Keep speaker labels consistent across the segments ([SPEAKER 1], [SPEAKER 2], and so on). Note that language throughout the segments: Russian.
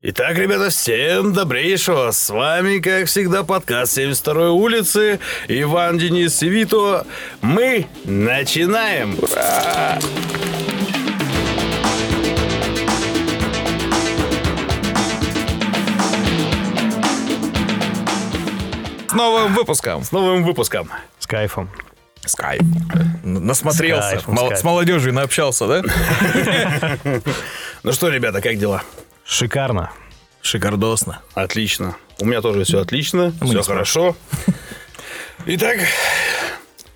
[SPEAKER 1] Итак, ребята, всем добрейшего! С вами, как всегда, подкаст 72-й улицы. Иван, Денис и Вито. Мы начинаем! Ура!
[SPEAKER 2] С новым выпуском.
[SPEAKER 1] С новым выпуском.
[SPEAKER 3] С кайфом.
[SPEAKER 2] Скайп. Насмотрелся.
[SPEAKER 3] С кайфом,
[SPEAKER 2] Мол-
[SPEAKER 3] с кайфом.
[SPEAKER 2] С молодежью наобщался, да?
[SPEAKER 1] Ну что, ребята, как дела?
[SPEAKER 3] Шикарно.
[SPEAKER 2] Шикардосно.
[SPEAKER 1] Отлично. У меня тоже все отлично, все
[SPEAKER 2] не
[SPEAKER 1] хорошо. Итак,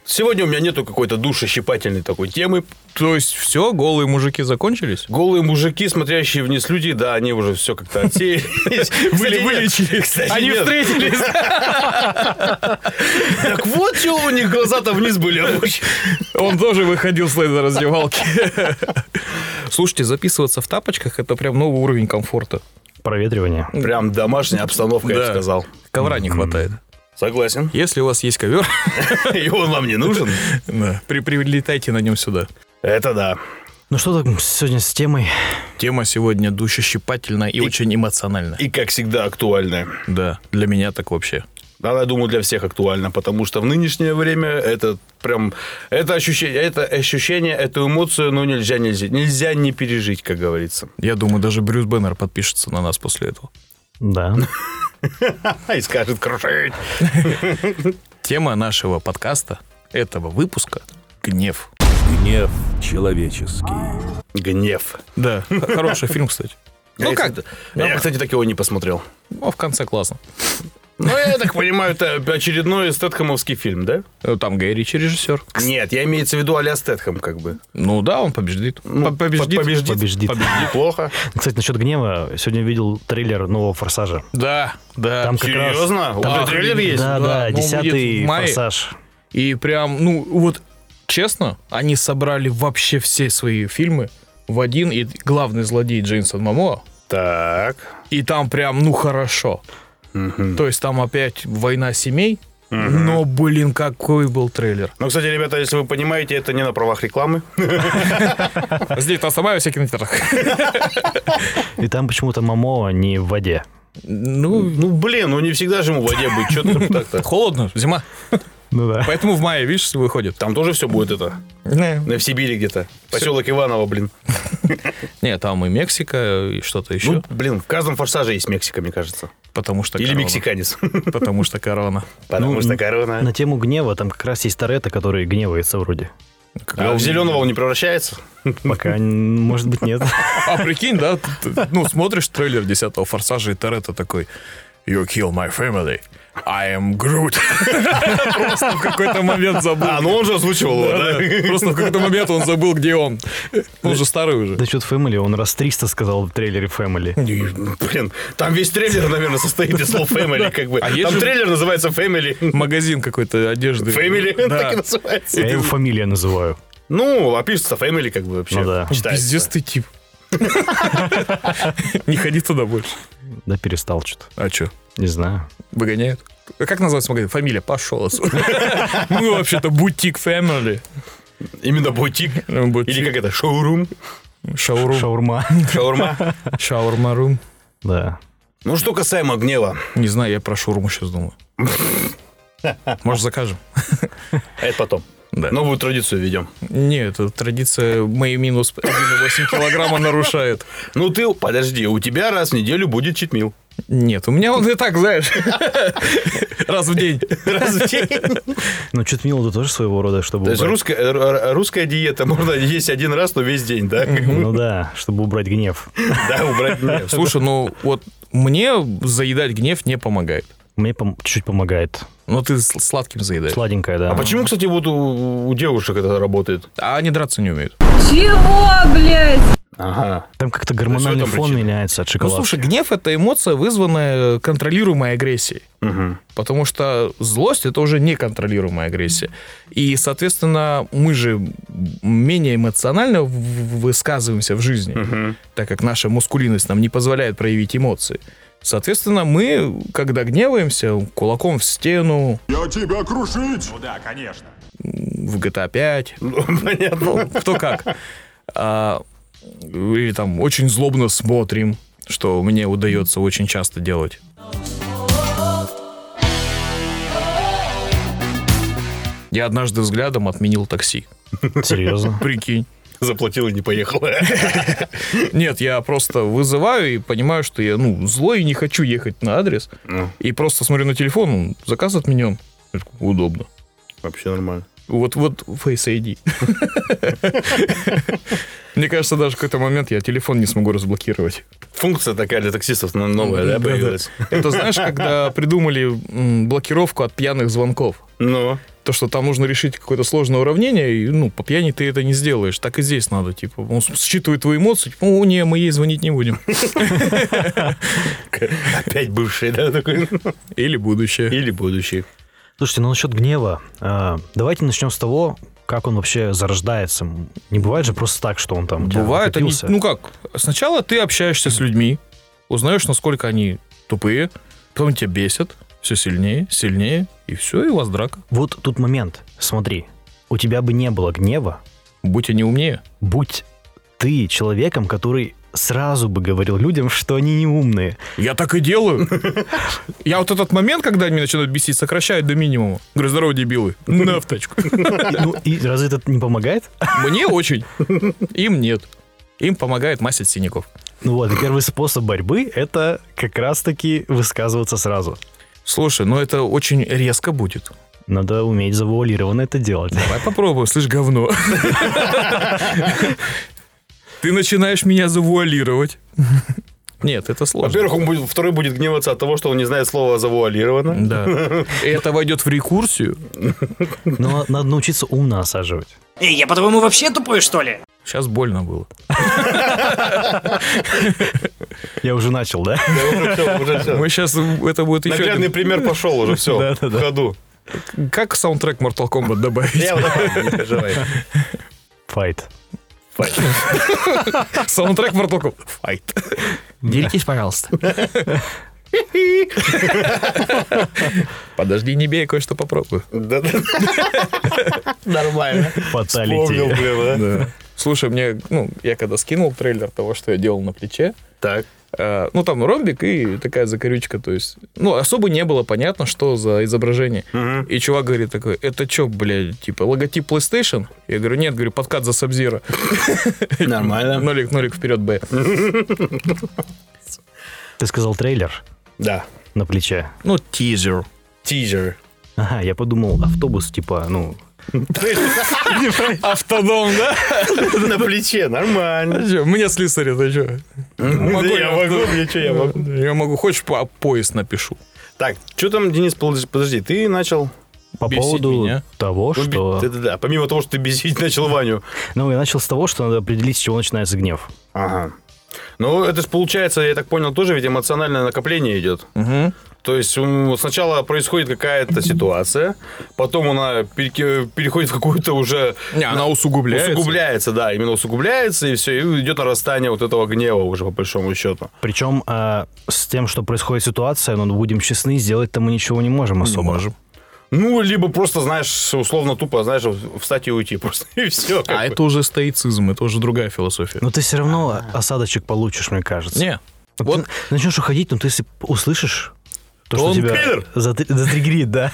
[SPEAKER 1] сегодня у меня нету какой-то душещипательной такой темы.
[SPEAKER 2] То есть все, голые мужики закончились?
[SPEAKER 1] Голые мужики, смотрящие вниз люди, да, они уже все как-то отсеялись.
[SPEAKER 2] Были
[SPEAKER 1] Кстати,
[SPEAKER 2] вылечили.
[SPEAKER 1] нет. Кстати,
[SPEAKER 2] Они
[SPEAKER 1] нет.
[SPEAKER 2] встретились.
[SPEAKER 1] Так вот, что у них глаза-то вниз были опущены.
[SPEAKER 2] Он тоже выходил с этой раздевалки. Слушайте, записываться в тапочках это прям новый уровень комфорта.
[SPEAKER 3] Проветривание.
[SPEAKER 1] Прям домашняя обстановка, я бы
[SPEAKER 2] Да.
[SPEAKER 1] сказал.
[SPEAKER 2] Ковра не хватает.
[SPEAKER 1] Согласен.
[SPEAKER 2] Если у вас есть ковер,
[SPEAKER 1] И он вам не нужен.
[SPEAKER 2] при прилетайте на нем сюда.
[SPEAKER 1] Это да.
[SPEAKER 3] Ну что так сегодня с темой?
[SPEAKER 2] Тема сегодня душещипательная и, очень эмоциональная.
[SPEAKER 1] И, как всегда, актуальная.
[SPEAKER 2] Да, для меня так вообще.
[SPEAKER 1] Она, я думаю, для всех актуальна, потому что в нынешнее время это прям... Это ощущение, это ощущение, эту эмоцию, ну, нельзя, нельзя, нельзя не пережить, как говорится.
[SPEAKER 2] Я думаю, даже Брюс Беннер подпишется на нас после этого.
[SPEAKER 3] Да.
[SPEAKER 1] И скажет крушить.
[SPEAKER 2] Тема нашего подкаста, этого выпуска – гнев.
[SPEAKER 4] Гнев человеческий.
[SPEAKER 1] Гнев.
[SPEAKER 2] Да, х- хороший фильм, кстати. Ну
[SPEAKER 1] Я,
[SPEAKER 2] как?
[SPEAKER 1] кстати, Я, кстати, так его не посмотрел.
[SPEAKER 2] Ну, в конце классно.
[SPEAKER 1] Ну, я так понимаю, это очередной стэтхэмовский фильм, да?
[SPEAKER 2] Э, Там Гай Ричи режиссер.
[SPEAKER 1] Нет, я имеется в виду а-ля Стэтхэм, как бы.
[SPEAKER 2] Ну да, он побеждит. По- побеждит.
[SPEAKER 1] Побеждит.
[SPEAKER 3] Побеждит.
[SPEAKER 1] Неплохо.
[SPEAKER 3] Кстати, насчет гнева. Сегодня видел трейлер нового «Форсажа».
[SPEAKER 2] Да, да.
[SPEAKER 3] Там как раз...
[SPEAKER 1] Серьезно?
[SPEAKER 2] Там
[SPEAKER 1] Уже
[SPEAKER 2] как-
[SPEAKER 1] трейлер есть?
[SPEAKER 3] Да,
[SPEAKER 2] да,
[SPEAKER 3] да,
[SPEAKER 2] но он будет
[SPEAKER 3] десятый
[SPEAKER 2] в мае.
[SPEAKER 3] «Форсаж».
[SPEAKER 2] И прям, ну вот, честно, они собрали вообще все свои фильмы в один. И главный злодей Джеймсон Мамоа.
[SPEAKER 1] Так.
[SPEAKER 2] И там прям, ну хорошо. То есть там опять война семей. Но, блин, какой был трейлер.
[SPEAKER 1] Ну, кстати, ребята, если вы понимаете, это не на правах рекламы.
[SPEAKER 2] Здесь-то сама во всех кинотеатрах.
[SPEAKER 3] И там почему-то Мамоа не в воде.
[SPEAKER 2] Ну,
[SPEAKER 1] Ну, блин, ну не всегда же ему в воде быть. Что там так-то?
[SPEAKER 2] холодно, зима.
[SPEAKER 3] Ну да.
[SPEAKER 2] Поэтому в мае, видишь, выходит.
[SPEAKER 1] Там тоже все будет это. На- В Сибири где-то. Поселок Иваново, блин.
[SPEAKER 2] Не, там и Мексика, и что-то еще.
[SPEAKER 1] Ну, блин, в каждом форсаже есть Мексика, мне кажется.
[SPEAKER 2] потому что
[SPEAKER 1] Или
[SPEAKER 2] корона. Ну,
[SPEAKER 1] мексиканец.
[SPEAKER 2] Потому что корона.
[SPEAKER 1] Потому что корона.
[SPEAKER 3] На тему гнева там как раз есть Торетто, который гневается вроде.
[SPEAKER 1] А в зеленого он не превращается?
[SPEAKER 3] Пока, н- может быть, нет.
[SPEAKER 2] А прикинь, да, ты- ты, ну, смотришь трейлер 10-го «Форсажа» и Торетто такой «You kill my family, I am Groot». Просто в какой-то момент забыл.
[SPEAKER 1] А, ну он же озвучивал его, да?
[SPEAKER 2] Просто в какой-то момент он забыл, где он. Он же старый уже.
[SPEAKER 3] Насчет Фэмили, он раз 300 сказал в трейлере Фэмили.
[SPEAKER 1] Блин, там весь трейлер, наверное, состоит из слов family, как бы.
[SPEAKER 2] А есть
[SPEAKER 1] Там
[SPEAKER 2] же-
[SPEAKER 1] трейлер называется family.
[SPEAKER 2] Магазин какой-то одежды.
[SPEAKER 1] Family,
[SPEAKER 2] Да.
[SPEAKER 1] так и называется.
[SPEAKER 3] Я его фамилия называю.
[SPEAKER 1] Ну, а пишется family, как бы вообще.
[SPEAKER 3] Ну да.
[SPEAKER 1] Читается.
[SPEAKER 2] Пиздец ты тип. Не ходи туда больше.
[SPEAKER 3] Да перестал что-то.
[SPEAKER 2] А что?
[SPEAKER 3] Не знаю.
[SPEAKER 2] Выгоняют. А Как называется магазин? Фамилия? Пошел отсюда. Мы вообще-то бутик фэмили.
[SPEAKER 1] Именно бутик. Или как это, шоурум?
[SPEAKER 2] Шаурум.
[SPEAKER 3] Шаурма.
[SPEAKER 1] Шаурма.
[SPEAKER 2] Шаурмарум.
[SPEAKER 3] Да.
[SPEAKER 1] Ну, что касаемо гнева.
[SPEAKER 2] Не знаю, я про шаурму сейчас думаю. Может, закажем?
[SPEAKER 1] А Это потом.
[SPEAKER 2] Да.
[SPEAKER 1] Новую традицию ведем.
[SPEAKER 2] Не, это традиция мои минус 1,8 килограмма нарушает.
[SPEAKER 1] Ну ты, подожди, у тебя раз в неделю будет читмил.
[SPEAKER 2] Нет, у меня он и так, знаешь, раз в день.
[SPEAKER 1] Раз в день.
[SPEAKER 3] Ну, чуть мило тоже своего рода, чтобы
[SPEAKER 1] То есть
[SPEAKER 3] убрать.
[SPEAKER 1] русская, р- р- русская диета можно есть один раз, но весь день, да? Как бы,
[SPEAKER 3] Ну да, чтобы убрать гнев.
[SPEAKER 1] Да, убрать гнев.
[SPEAKER 2] Слушай, ну вот мне заедать гнев не помогает.
[SPEAKER 3] Мне пом- чуть-чуть помогает.
[SPEAKER 2] Но ты с- сладким заедаешь.
[SPEAKER 3] Сладенькое, да.
[SPEAKER 1] А почему, кстати, вот у, у девушек это работает?
[SPEAKER 2] А они драться не умеют.
[SPEAKER 5] Чего, блядь?
[SPEAKER 1] Ага.
[SPEAKER 3] Там как-то
[SPEAKER 1] То
[SPEAKER 3] гормональный
[SPEAKER 1] есть в этом
[SPEAKER 3] фон
[SPEAKER 1] причина?
[SPEAKER 3] меняется от
[SPEAKER 2] Ну,
[SPEAKER 3] шоколада.
[SPEAKER 2] слушай, гнев – это эмоция, вызванная э, контролируемой агрессией. Потому что злость – это уже неконтролируемая агрессия. И, соответственно, мы же менее эмоционально в- в- высказываемся в жизни, так как наша мускулинность нам не позволяет проявить эмоции. Соответственно, мы, когда гневаемся, кулаком в стену,
[SPEAKER 4] Я тебя крушить!
[SPEAKER 2] в GTA 5,
[SPEAKER 1] Ну, Понятно.
[SPEAKER 2] ну, кто как. А, или там очень злобно смотрим. что мне удается очень часто делать. Я однажды взглядом отменил такси.
[SPEAKER 3] Серьезно.
[SPEAKER 2] Прикинь.
[SPEAKER 1] Заплатил и не поехал.
[SPEAKER 2] Нет, я просто вызываю и понимаю, что я ну, злой и не хочу ехать на адрес.
[SPEAKER 1] Ну.
[SPEAKER 2] И просто смотрю на телефон, он, заказ отменен. Я такой, Удобно.
[SPEAKER 1] Вообще нормально.
[SPEAKER 2] Вот, вот Face ID. Мне кажется, даже в какой-то момент я телефон не смогу разблокировать.
[SPEAKER 1] Функция такая для таксистов но новая, да,
[SPEAKER 2] Да-да.
[SPEAKER 1] появилась?
[SPEAKER 2] Это знаешь, когда придумали м, блокировку от пьяных звонков.
[SPEAKER 1] Ну,
[SPEAKER 2] То, что там нужно решить какое-то сложное уравнение, и, ну, по пьяни ты это не сделаешь. Так и здесь надо, типа, он считывает твои эмоции, типа, о, не, мы ей звонить не будем.
[SPEAKER 1] опять бывший, да, такой?
[SPEAKER 2] Или будущее.
[SPEAKER 1] Или будущий.
[SPEAKER 3] Слушайте, ну насчет гнева. а, Давайте начнем с того, как он вообще зарождается. Не бывает же просто так, что он там у тебя
[SPEAKER 2] Бывает они...
[SPEAKER 3] накопился.
[SPEAKER 2] Ну как, сначала ты общаешься с людьми, узнаешь, насколько они тупые, потом они тебя бесят, все сильнее, сильнее, и все, и у вас драка.
[SPEAKER 3] Вот тут момент. Смотри, у тебя бы не было гнева,
[SPEAKER 2] Будь они умнее.
[SPEAKER 3] будь ты человеком, который сразу бы говорил людям, что они не умные.
[SPEAKER 2] Я так и делаю. Я вот этот момент, когда они меня начинают бесить, сокращаю до минимума. Говорю, здорово, дебилы. На в тачку.
[SPEAKER 3] Ну, и разве это не помогает?
[SPEAKER 2] Мне очень. Им нет. Им помогает масять синяков.
[SPEAKER 3] Ну вот, и первый способ борьбы — это как раз-таки высказываться сразу.
[SPEAKER 2] Слушай, ну это очень резко будет.
[SPEAKER 3] Надо уметь завуалированно это делать.
[SPEAKER 2] Давай попробуем, слышь, говно. Ты начинаешь меня завуалировать. Нет, это сложно.
[SPEAKER 1] Во-первых, он будет, второй будет гневаться от того, что он не знает слова завуалировано.
[SPEAKER 2] Да. И это войдет в рекурсию.
[SPEAKER 3] Но Ну, а надо научиться умно осаживать.
[SPEAKER 6] Эй, я по-твоему вообще тупой, что ли?
[SPEAKER 2] Сейчас больно было.
[SPEAKER 3] Я уже начал, да?
[SPEAKER 1] Да, уже всё, уже всё.
[SPEAKER 2] Мы сейчас это будет еще
[SPEAKER 1] Наглядный
[SPEAKER 2] один-
[SPEAKER 1] пример пошел уже, все, в ходу.
[SPEAKER 2] Как саундтрек Mortal Kombat добавить?
[SPEAKER 1] Я вот так, не переживай.
[SPEAKER 3] Файт.
[SPEAKER 2] Саундтрек Mortal Kombat. Fight. Делитесь, пожалуйста. Подожди, не бей, я кое-что попробую.
[SPEAKER 1] Да-да. Нормально. Вспомнил,
[SPEAKER 3] Фаталити.
[SPEAKER 1] блин, да?
[SPEAKER 2] Слушай, мне, ну, я когда скинул трейлер того, что я делал на плече,
[SPEAKER 1] Так.
[SPEAKER 2] э, ну, там ромбик и такая закорючка, то есть, ну, особо не было понятно, что за изображение.
[SPEAKER 1] Мгм.
[SPEAKER 2] И чувак говорит такой, это чё, блядь, типа, логотип PlayStation? Я говорю, нет, говорю, подкат за Сабзира.
[SPEAKER 1] Нормально.
[SPEAKER 2] Нолик, нолик, вперед, Б.
[SPEAKER 3] Ты сказал трейлер
[SPEAKER 1] Да.
[SPEAKER 3] на плече.
[SPEAKER 2] Ну, тизер.
[SPEAKER 1] Тизер.
[SPEAKER 3] Ага, я подумал, автобус, типа, ну...
[SPEAKER 2] Автодом, да?
[SPEAKER 1] На плече, нормально.
[SPEAKER 2] А чё, Мне слесарь, это чё?
[SPEAKER 1] Да Я
[SPEAKER 2] я
[SPEAKER 1] могу, плечо я могу.
[SPEAKER 2] Я могу, хочешь, по поезд напишу.
[SPEAKER 1] Так, что там, Денис, подожди, подожди, ты начал...
[SPEAKER 3] По
[SPEAKER 2] Бесить
[SPEAKER 3] поводу
[SPEAKER 2] меня.
[SPEAKER 3] того,
[SPEAKER 1] Ну,
[SPEAKER 3] что...
[SPEAKER 1] би- Да-да-да, помимо того, что ты бесить начал Ваню.
[SPEAKER 3] Ну, я начал с того, что надо определить, с чего начинается гнев.
[SPEAKER 1] Ага. Ну, это же получается, я так понял, тоже ведь эмоциональное накопление идет.
[SPEAKER 2] Мгм.
[SPEAKER 1] То есть м, сначала происходит какая-то ситуация, потом она переки- переходит в какую-то уже...
[SPEAKER 2] Не, она усугубляется.
[SPEAKER 1] Усугубляется, да, именно усугубляется, и все, и идет нарастание вот этого гнева уже, по большому счету.
[SPEAKER 3] Причем э, с тем, что происходит ситуация, ну, будем честны, сделать-то мы ничего не можем особо.
[SPEAKER 2] можем.
[SPEAKER 1] Ну, либо просто, знаешь, условно тупо, знаешь, встать и уйти просто, и все.
[SPEAKER 2] А это уже стоицизм, это уже другая философия.
[SPEAKER 3] Но ты все равно осадочек получишь, мне кажется.
[SPEAKER 2] Не,
[SPEAKER 3] Ну,
[SPEAKER 2] вот-
[SPEAKER 3] ты начнешь уходить, но ты если услышишь, то, что
[SPEAKER 2] он
[SPEAKER 3] тебя
[SPEAKER 1] пидор!
[SPEAKER 3] затри- затригерит, да.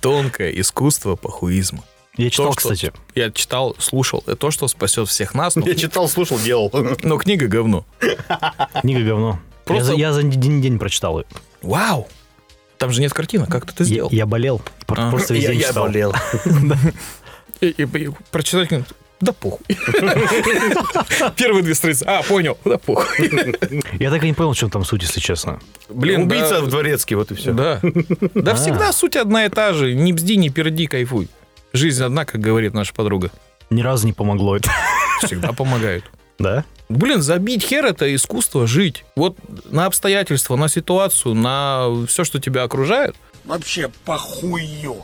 [SPEAKER 2] тонкое искусство пахуизма.
[SPEAKER 3] Я
[SPEAKER 2] То,
[SPEAKER 3] читал,
[SPEAKER 2] что
[SPEAKER 3] кстати.
[SPEAKER 2] Я читал, слушал. Это то, что спасет всех нас. Но,
[SPEAKER 1] Я читал, слушал, делал.
[SPEAKER 2] но книга говно.
[SPEAKER 3] Книга говно. Я
[SPEAKER 2] Просто-
[SPEAKER 3] за- Я за один день прочитал. ее.
[SPEAKER 2] Вау! Там же нет картины. Как ты это
[SPEAKER 3] Я
[SPEAKER 2] сделал?
[SPEAKER 3] я болел. Пр-
[SPEAKER 2] А.
[SPEAKER 3] Просто весь день читал.
[SPEAKER 2] И- и- и прочитать книгу. Да похуй. Первые две страницы. А, понял. Да похуй.
[SPEAKER 3] Я так и не понял, в чем там суть, если честно.
[SPEAKER 2] Блин,
[SPEAKER 1] Убийца
[SPEAKER 2] да.
[SPEAKER 1] в дворецкий, вот и все.
[SPEAKER 2] Да. Да всегда суть одна и та же. Не бзди, не перди, кайфуй. Жизнь одна, как говорит наша подруга.
[SPEAKER 3] Ни разу не помогло это.
[SPEAKER 2] Всегда помогает.
[SPEAKER 3] Да?
[SPEAKER 2] Блин, забить хер это искусство жить. Вот на обстоятельства, на ситуацию, на все, что тебя окружает.
[SPEAKER 4] Вообще похую.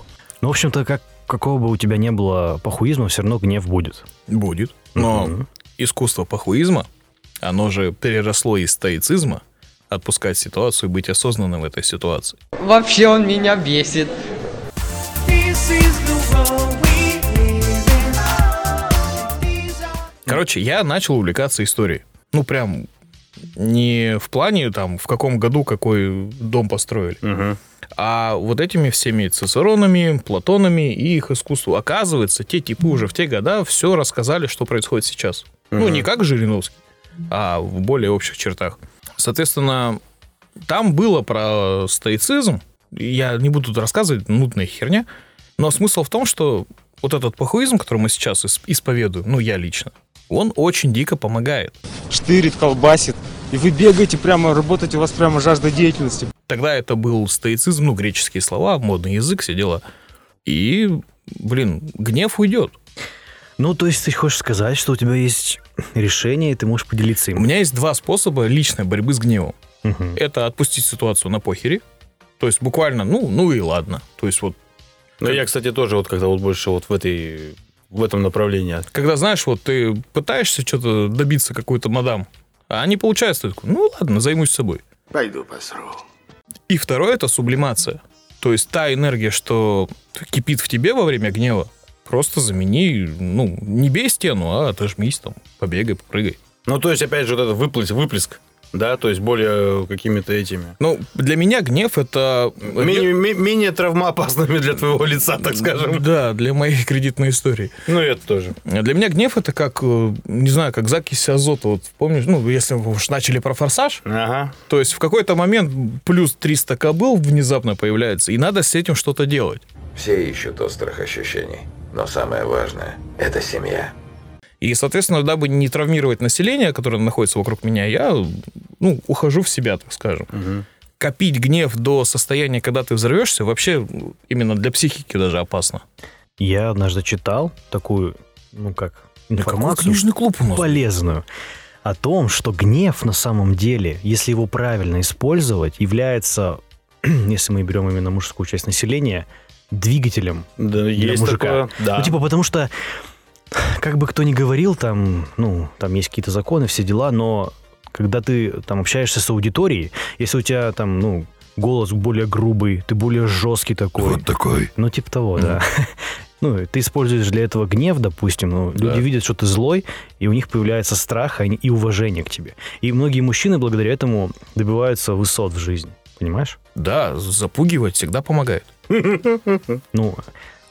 [SPEAKER 3] Ну, в общем-то, как какого бы у тебя не было похуизма, все равно гнев будет.
[SPEAKER 2] Будет. Но искусство пахуизма, оно же переросло из стоицизма, отпускать ситуацию и быть осознанным в этой ситуации.
[SPEAKER 7] Вообще он меня бесит.
[SPEAKER 2] Короче, я начал увлекаться историей. Ну, прям не в плане, там, в каком году какой дом построили,
[SPEAKER 1] Мгм.
[SPEAKER 2] а вот этими всеми Цицеронами, Платонами и их искусству. Оказывается, те типы уже в те года все рассказали, что происходит сейчас. Ну, не как Жириновский, а в более общих чертах. Соответственно, там было про стоицизм. Я не буду тут рассказывать, нудная херня. Но смысл в том, что вот этот пахуизм, который мы сейчас исп- исповедуем, ну, я лично, он очень дико помогает.
[SPEAKER 8] штырит, колбасит. И вы бегаете прямо, работаете, у вас прямо жажда деятельности.
[SPEAKER 2] Тогда это был стоицизм, ну, греческие слова, модный язык, все дела. И, блин, гнев уйдет.
[SPEAKER 3] Ну, то есть ты хочешь сказать, что у тебя есть решение, и ты можешь поделиться
[SPEAKER 2] У
[SPEAKER 3] им.
[SPEAKER 2] меня есть два способа личной борьбы с гневом.
[SPEAKER 3] Мгм.
[SPEAKER 2] Это отпустить ситуацию на похере, то есть буквально, ну, ну и ладно. То есть вот,
[SPEAKER 1] Ну, я, кстати, тоже вот как-то вот больше вот в этой в этом направлении.
[SPEAKER 2] когда, знаешь, вот ты пытаешься что-то добиться какую-то мадам, а не получается, ты такой, ну ладно, займусь собой.
[SPEAKER 4] Пойду посру.
[SPEAKER 2] И второе – это сублимация. То есть та энергия, что кипит в тебе во время гнева, просто замени, ну, не бей стену, а отожмись там, побегай, попрыгай.
[SPEAKER 1] Ну, то есть, опять же, вот этот выплеск, выплеск, да, то есть более э, какими-то этими.
[SPEAKER 2] Ну, для меня гнев – это... э,
[SPEAKER 1] Менее, ме- менее травмоопасными для твоего лица, так скажем.
[SPEAKER 2] ну, Да, для моей кредитной истории.
[SPEAKER 1] Ну, и это тоже.
[SPEAKER 2] Для меня гнев это как, э, не знаю, как закись азота. Вот помнишь, ну, если вы уж начали про форсаж,
[SPEAKER 1] Ага.
[SPEAKER 2] то есть в какой-то момент плюс 300 кобыл внезапно появляется, и надо с этим что-то делать.
[SPEAKER 9] Все ищут острых ощущений, но самое важное – это семья.
[SPEAKER 2] И, соответственно, дабы не травмировать население, которое находится вокруг меня, я, ну, ухожу в себя, так скажем. Копить гнев до состояния, когда ты взорвешься, вообще м, именно для психики даже опасно.
[SPEAKER 3] Я однажды читал такую, ну как,
[SPEAKER 2] Какой
[SPEAKER 3] информацию
[SPEAKER 2] книжный клуб у нас?
[SPEAKER 3] полезную о том, что гнев на самом деле, если его правильно использовать, является, если мы берем именно мужскую часть населения, двигателем
[SPEAKER 1] Да,
[SPEAKER 3] для
[SPEAKER 1] есть
[SPEAKER 3] мужика.
[SPEAKER 1] такое. Да.
[SPEAKER 3] Ну, типа, потому что, как бы кто ни говорил, там, ну, там есть какие-то законы, все дела, но когда ты там общаешься с аудиторией, если у тебя там, ну, голос более грубый, ты более жесткий такой.
[SPEAKER 1] такой.
[SPEAKER 3] Ну, типа того, да. Ну, и ты используешь для этого гнев, допустим, ну, люди
[SPEAKER 1] Да.
[SPEAKER 3] видят, что ты злой, и у них появляется страх а не- и уважение к тебе. И многие мужчины благодаря этому добиваются высот в жизни, понимаешь?
[SPEAKER 2] Да, запугивать всегда помогает.
[SPEAKER 3] Ну,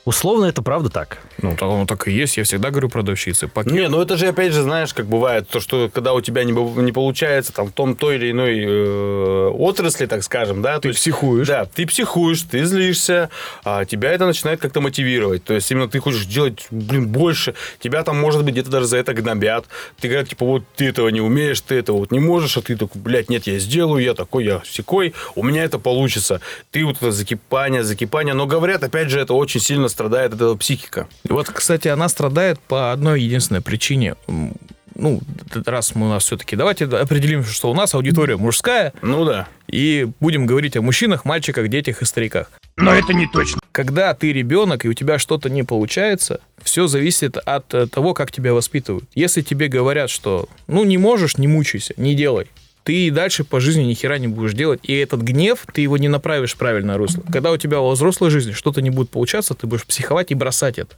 [SPEAKER 3] условно это правда так.
[SPEAKER 2] Ну, так оно так и есть, я всегда говорю продавщице. Пакет
[SPEAKER 1] Не, ну это же опять же, знаешь, как бывает, то, что когда у тебя не, бу- не получается там в том той или иной э, отрасли, так скажем, да, то есть
[SPEAKER 2] психуешь.
[SPEAKER 1] Да, ты психуешь, ты злишься, а тебя это начинает как-то мотивировать. То есть именно ты хочешь делать, блин, больше. Тебя там, может быть, где-то даже за это гнобят. Ты говорят, типа, вот ты этого не умеешь, ты этого вот не можешь, а ты такой, блядь, нет, я сделаю, я такой, я всекой, у меня это получится. Ты вот это закипание, закипание. Но говорят, опять же, это очень сильно страдает от этого психика.
[SPEAKER 2] Вот, кстати, она страдает по одной единственной причине. М, Ну, раз мы у нас все-таки... Давайте определим, что у нас аудитория мужская,
[SPEAKER 1] Ну да.
[SPEAKER 2] и будем говорить о мужчинах, мальчиках, детях и стариках.
[SPEAKER 4] Но это не точно.
[SPEAKER 2] Когда ты ребенок, и у тебя что-то не получается, все зависит от э, того, как тебя воспитывают. Если тебе говорят, что ну не можешь, не мучайся, не делай, ты и дальше по жизни ни хера не будешь делать, и этот гнев, ты его не направишь в правильное русло. Когда у тебя во взрослой жизни что-то не будет получаться, ты будешь психовать и бросать это.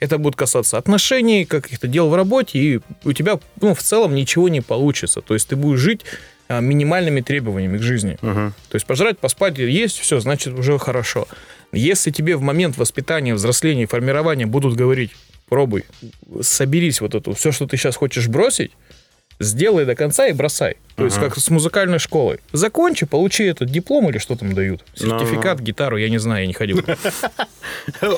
[SPEAKER 2] Это будет касаться отношений, каких-то дел в работе, и у тебя ну, в целом ничего не получится. То есть ты будешь жить а, минимальными требованиями к жизни. То есть пожрать, поспать, есть, все, значит, уже хорошо. Если тебе в момент воспитания, взросления и формирования будут говорить, пробуй, соберись вот это, все, что ты сейчас хочешь бросить, сделай до конца и бросай. То есть как с музыкальной школой. Закончи, получи этот диплом или что там дают. Сертификат, гитару, я не знаю, я не ходил.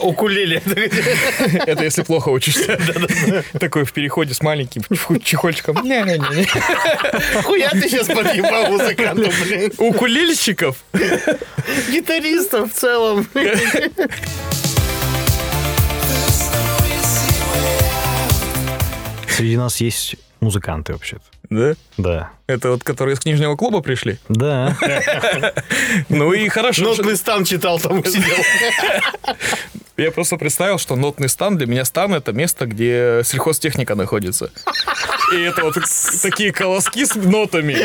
[SPEAKER 1] Укулеле.
[SPEAKER 2] Это если плохо учишься. Такой в переходе с маленьким чехольчиком. Не-не-не.
[SPEAKER 1] Хуя ты сейчас подъебал музыкантов, блин.
[SPEAKER 2] У кулильщиков
[SPEAKER 1] Гитаристов в целом.
[SPEAKER 3] Среди нас есть музыканты вообще-то.
[SPEAKER 2] Да?
[SPEAKER 3] Да.
[SPEAKER 2] Это вот, которые из книжного клуба пришли.
[SPEAKER 3] Да.
[SPEAKER 2] Ну и хорошо. что-
[SPEAKER 1] Нотный стан читал там, сидел.
[SPEAKER 2] Я просто представил, что нотный стан для меня стан это место, где сельхозтехника находится. И это вот такие колоски с нотами.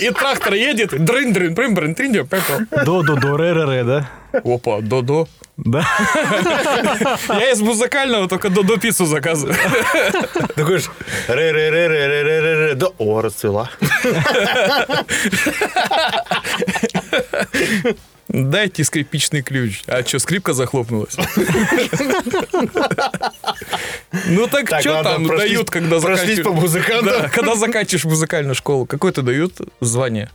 [SPEAKER 2] И трактор едет, дрын дрын прым брын трин дё, пя, пя.
[SPEAKER 3] До, до, до, ре, ре, ре, да?
[SPEAKER 2] Опа, до-до.
[SPEAKER 3] Да.
[SPEAKER 2] Я из музыкального только до-до пиццу заказываю.
[SPEAKER 1] Такой же ре ре ре ре ре ре ре ре да о, расцвела.
[SPEAKER 2] Дайте скрипичный ключ. А что, скрипка захлопнулась? Ну так
[SPEAKER 1] Так,
[SPEAKER 2] что
[SPEAKER 1] ладно,
[SPEAKER 2] там
[SPEAKER 1] прошлись-
[SPEAKER 2] дают, когда
[SPEAKER 1] прошлись
[SPEAKER 2] заканчиваешь-
[SPEAKER 1] по музыкантам.
[SPEAKER 2] Да, Когда заканчиваешь музыкальную школу, какое-то дают звание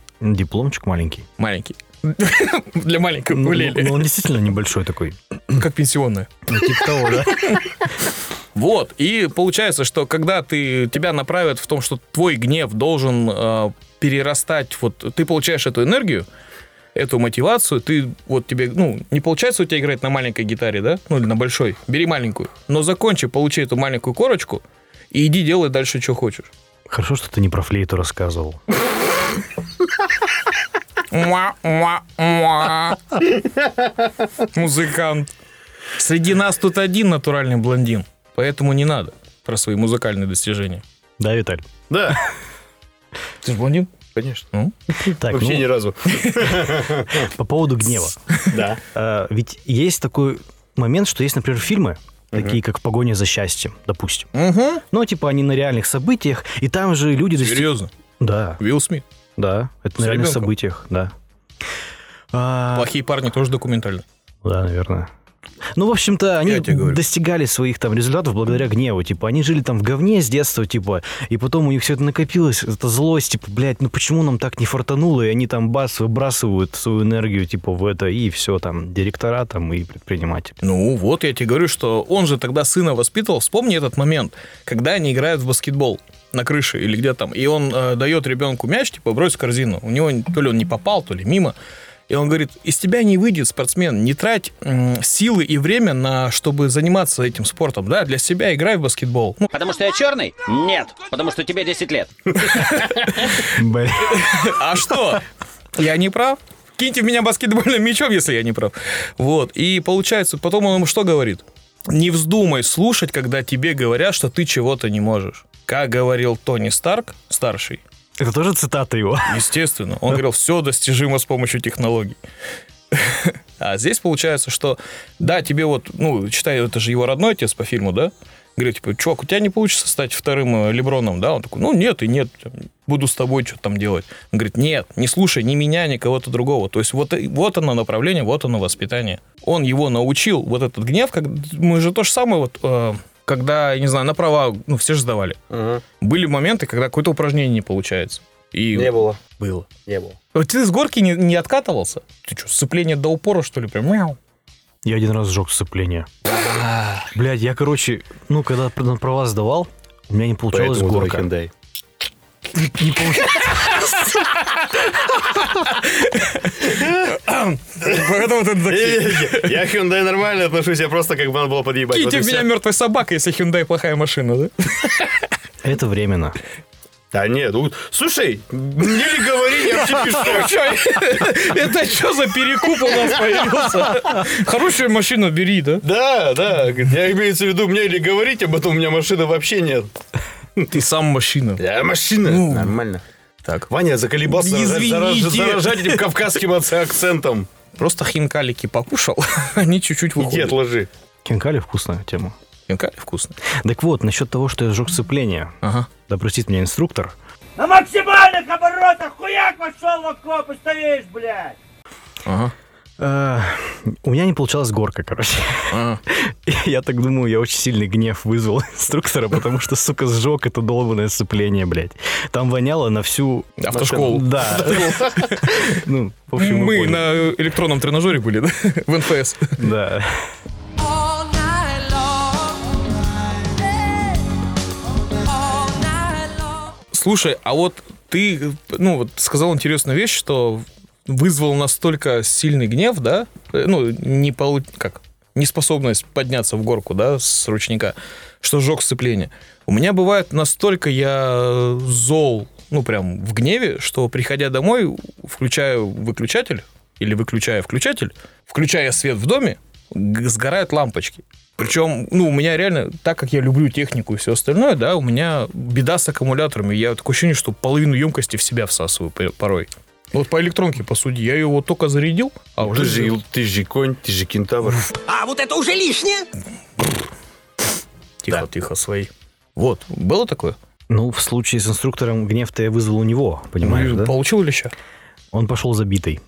[SPEAKER 3] Дипломчик маленький.
[SPEAKER 2] маленький. Для маленького
[SPEAKER 3] Ну, ну,
[SPEAKER 2] улели.
[SPEAKER 3] он действительно небольшой такой.
[SPEAKER 2] Как пенсионное.
[SPEAKER 3] Ну, Типа того, да?
[SPEAKER 2] Вот, и получается, что когда ты, тебя направят в том, что твой гнев должен э, перерастать, вот ты получаешь эту энергию, эту мотивацию, ты вот тебе, ну, не получается у тебя играть на маленькой гитаре, да, ну или на большой, бери маленькую, но закончи, получи эту маленькую корочку и иди делай дальше, что хочешь.
[SPEAKER 3] Хорошо, что ты не про флейту рассказывал.
[SPEAKER 2] Муа-муа-муа. Музыкант. Среди нас тут один натуральный блондин, поэтому не надо про свои музыкальные достижения.
[SPEAKER 3] Да, Виталь?
[SPEAKER 1] Да,
[SPEAKER 2] Ты же блондин?
[SPEAKER 1] конечно.
[SPEAKER 3] Так,
[SPEAKER 1] Вообще
[SPEAKER 3] ну,
[SPEAKER 1] ни разу.
[SPEAKER 3] по поводу гнева.
[SPEAKER 1] Да.
[SPEAKER 3] А, ведь есть такой момент, что есть, например, фильмы, такие как «Погоня за счастьем», допустим.
[SPEAKER 2] Угу.
[SPEAKER 3] Ну, типа, они на реальных событиях, и там же люди... дости-
[SPEAKER 2] Серьезно?
[SPEAKER 3] Да,
[SPEAKER 2] Уилл Смит.
[SPEAKER 3] да, это на
[SPEAKER 2] С
[SPEAKER 3] реальных
[SPEAKER 2] ребенком?
[SPEAKER 3] событиях, да. А,
[SPEAKER 2] Плохие парни тоже документально.
[SPEAKER 3] Да, наверное. Ну, в общем-то, они
[SPEAKER 2] тебе говорю.
[SPEAKER 3] достигали своих там результатов благодаря гневу. Типа, они жили там в говне с детства, типа, и потом у них все это накопилось, это злость, типа, блядь, ну почему нам так не фартануло? И они там бац, выбрасывают свою энергию, типа, в это, и все там, директора там и предприниматели.
[SPEAKER 2] Ну вот, я тебе говорю, что он же тогда сына воспитывал. Вспомни этот момент, когда они играют в баскетбол на крыше или где там, и он э, дает ребенку мяч, типа, брось в корзину. У него то ли он не попал, то ли мимо. И он говорит, из тебя не выйдет спортсмен, не трать м, силы и время на, чтобы заниматься этим спортом, да, для себя играй в баскетбол. Ну,
[SPEAKER 10] Потому что я черный? Нет, потому что тебе 10 лет.
[SPEAKER 3] Блядь.
[SPEAKER 2] А что? Я не прав? Киньте в меня баскетбольным мячом, если я не прав. Вот. И получается, потом он ему что говорит? Не вздумай слушать, когда тебе говорят, что ты чего-то не можешь. Как говорил Тони Старк, старший,
[SPEAKER 3] Это тоже цитата его.
[SPEAKER 2] естественно, он говорил, все достижимо с помощью технологий. А здесь получается, что да, тебе вот, ну, читай, это же его родной отец по фильму, да? Говорит, типа, чувак, у тебя не получится стать вторым э, Леброном, да? Он такой, ну, нет и нет, там, буду с тобой что-то там делать. Он говорит, нет, не слушай ни меня, ни кого-то другого. То есть вот, и- вот оно направление, вот оно воспитание. Он его научил, вот этот гнев, как, мы же то же самое вот... э, когда, я не знаю, на права, ну, все же сдавали. Были моменты, когда какое-то упражнение не получается. И
[SPEAKER 1] Не было.
[SPEAKER 2] было.
[SPEAKER 1] Не было.
[SPEAKER 2] Вот ты с горки не, не откатывался? Ты что, сцепление до упора, что ли? Прям мяу.
[SPEAKER 3] Я один раз сжег сцепление. Блядь, я, короче, ну, когда на права сдавал, у меня не получалась
[SPEAKER 1] Поэтому твой
[SPEAKER 3] горка.
[SPEAKER 1] Hyundai.
[SPEAKER 3] Не получалось.
[SPEAKER 2] Поэтому ты такие...
[SPEAKER 1] Я к Hyundai нормально отношусь, я просто как бы надо было подъебать. вот и
[SPEAKER 2] Киньте в
[SPEAKER 1] всё.
[SPEAKER 2] меня мертвой собакой, если Hyundai плохая машина, да?
[SPEAKER 3] Это временно.
[SPEAKER 1] Да нет, ну, слушай, мне ли говори, я вообще пишу.
[SPEAKER 2] Это что за перекуп у нас появился? Хорошую машину бери, да?
[SPEAKER 1] Да, да, говорит, я имеется в виду, мне ли говорить об этом, у меня машины вообще нет.
[SPEAKER 2] Ты сам машина.
[SPEAKER 1] Я машина.
[SPEAKER 2] Ну.
[SPEAKER 1] Нормально. Так, Ваня заколебался
[SPEAKER 2] Да
[SPEAKER 1] зара- зара-
[SPEAKER 2] извините.
[SPEAKER 1] заражать этим кавказским ац- акцентом.
[SPEAKER 2] Просто хинкалики покушал, они чуть-чуть
[SPEAKER 1] Иди
[SPEAKER 2] выходят.
[SPEAKER 1] отложи.
[SPEAKER 3] Хинкали вкусная тема.
[SPEAKER 2] Хинкали вкусно.
[SPEAKER 3] Так вот, насчет того, что я сжег сцепление.
[SPEAKER 2] Ага.
[SPEAKER 3] Да простит меня инструктор.
[SPEAKER 4] На максимальных оборотах хуяк вошел в окоп и стоишь, блядь.
[SPEAKER 2] Ага.
[SPEAKER 3] Э, у меня не получалась горка, короче.
[SPEAKER 2] ага.
[SPEAKER 3] И Я так думаю, я очень сильный гнев вызвал инструктора, потому что, сука, сжег это долбанное сцепление, блядь. Там воняло на всю...
[SPEAKER 2] Автошколу.
[SPEAKER 3] Да. Ну, в общем, вы
[SPEAKER 2] Мы
[SPEAKER 3] поняли.
[SPEAKER 2] на электронном тренажере были, да? В НФС.
[SPEAKER 3] Да.
[SPEAKER 2] Слушай, а вот ты, ну, вот сказал интересную вещь, что вызвал настолько сильный гнев, да? Э, Ну, не полу... как? неспособность подняться в горку, да, с ручника, что сжег сцепление. У меня бывает настолько я зол, ну, прям в гневе, что, приходя домой, включаю выключатель или выключая включатель, включая свет в доме, г- сгорают лампочки. Причем, ну, у меня реально, так как я люблю технику и все остальное, да, у меня беда с аккумуляторами. Я такое ощущение, что половину емкости в себя всасываю п- порой. Ну, Вот по электронке, по сути, я ее вот только зарядил, а уже...
[SPEAKER 1] Ты же, ты же конь, ты же кентавр.
[SPEAKER 6] А вот это уже лишнее.
[SPEAKER 2] Тихо, тихо, свои. Вот, было такое?
[SPEAKER 3] Ну, в случае с инструктором гнев-то я вызвал у него, понимаешь,
[SPEAKER 2] Ну,
[SPEAKER 3] да?
[SPEAKER 2] Получил леща?
[SPEAKER 3] Он пошел забитый.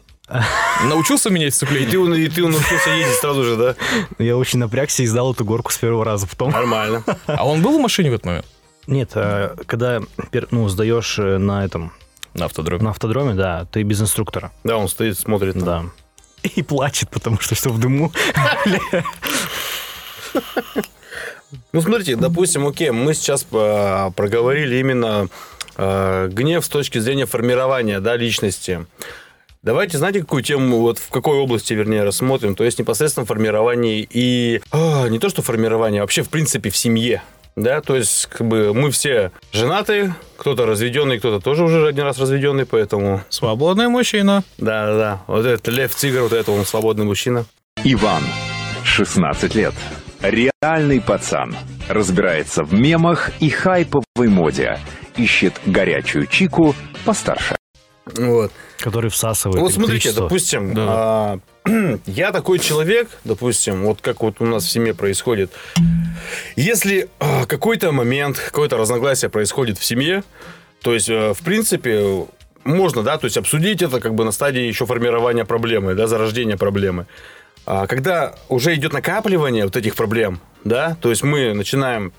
[SPEAKER 2] Научился менять
[SPEAKER 1] И
[SPEAKER 2] сцепление?
[SPEAKER 1] ты, и ты научился ездить сразу же, да?
[SPEAKER 3] Я очень напрягся и сдал эту горку с первого раза. Потом...
[SPEAKER 1] Нормально.
[SPEAKER 2] А он был в машине в этот момент?
[SPEAKER 3] Нет, а, когда пер- ну, сдаешь э, на этом,
[SPEAKER 2] На автодроме.
[SPEAKER 3] на автодроме, да, ты без инструктора.
[SPEAKER 1] Да, он стоит, смотрит.
[SPEAKER 3] Да. И плачет, потому что все в дыму.
[SPEAKER 1] Ну, смотрите, допустим, окей, мы сейчас э, проговорили именно э, гнев с точки зрения формирования да, личности. Давайте, знаете, какую тему, вот в какой области, вернее, рассмотрим? То есть непосредственно формирование и... а, не то, что формирование, а вообще, в принципе, в семье. Да, то есть, как бы, мы все женаты, кто-то разведенный, кто-то тоже уже один раз разведенный, поэтому...
[SPEAKER 2] Свободный мужчина.
[SPEAKER 1] Да, да, да. Вот этот Лев Тигр, вот это он свободный мужчина.
[SPEAKER 11] Иван, 16 лет. Реальный пацан. Разбирается в мемах и хайповой моде. Ищет горячую чику постарше.
[SPEAKER 1] Вот.
[SPEAKER 3] Который всасывает
[SPEAKER 1] Вот смотрите,
[SPEAKER 3] электричество.
[SPEAKER 1] допустим, а, я такой человек, допустим, вот как вот у нас в семье происходит. Если а, какой-то момент, какое-то разногласие происходит в семье, то есть, э, в принципе, можно, да, то есть обсудить это как бы на стадии еще формирования проблемы, да, зарождения проблемы. А, когда уже идет накапливание вот этих проблем, да, то есть мы начинаем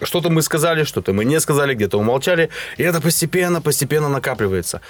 [SPEAKER 1] что-то мы сказали, что-то мы не сказали, где-то умолчали, и это постепенно, постепенно накапливается.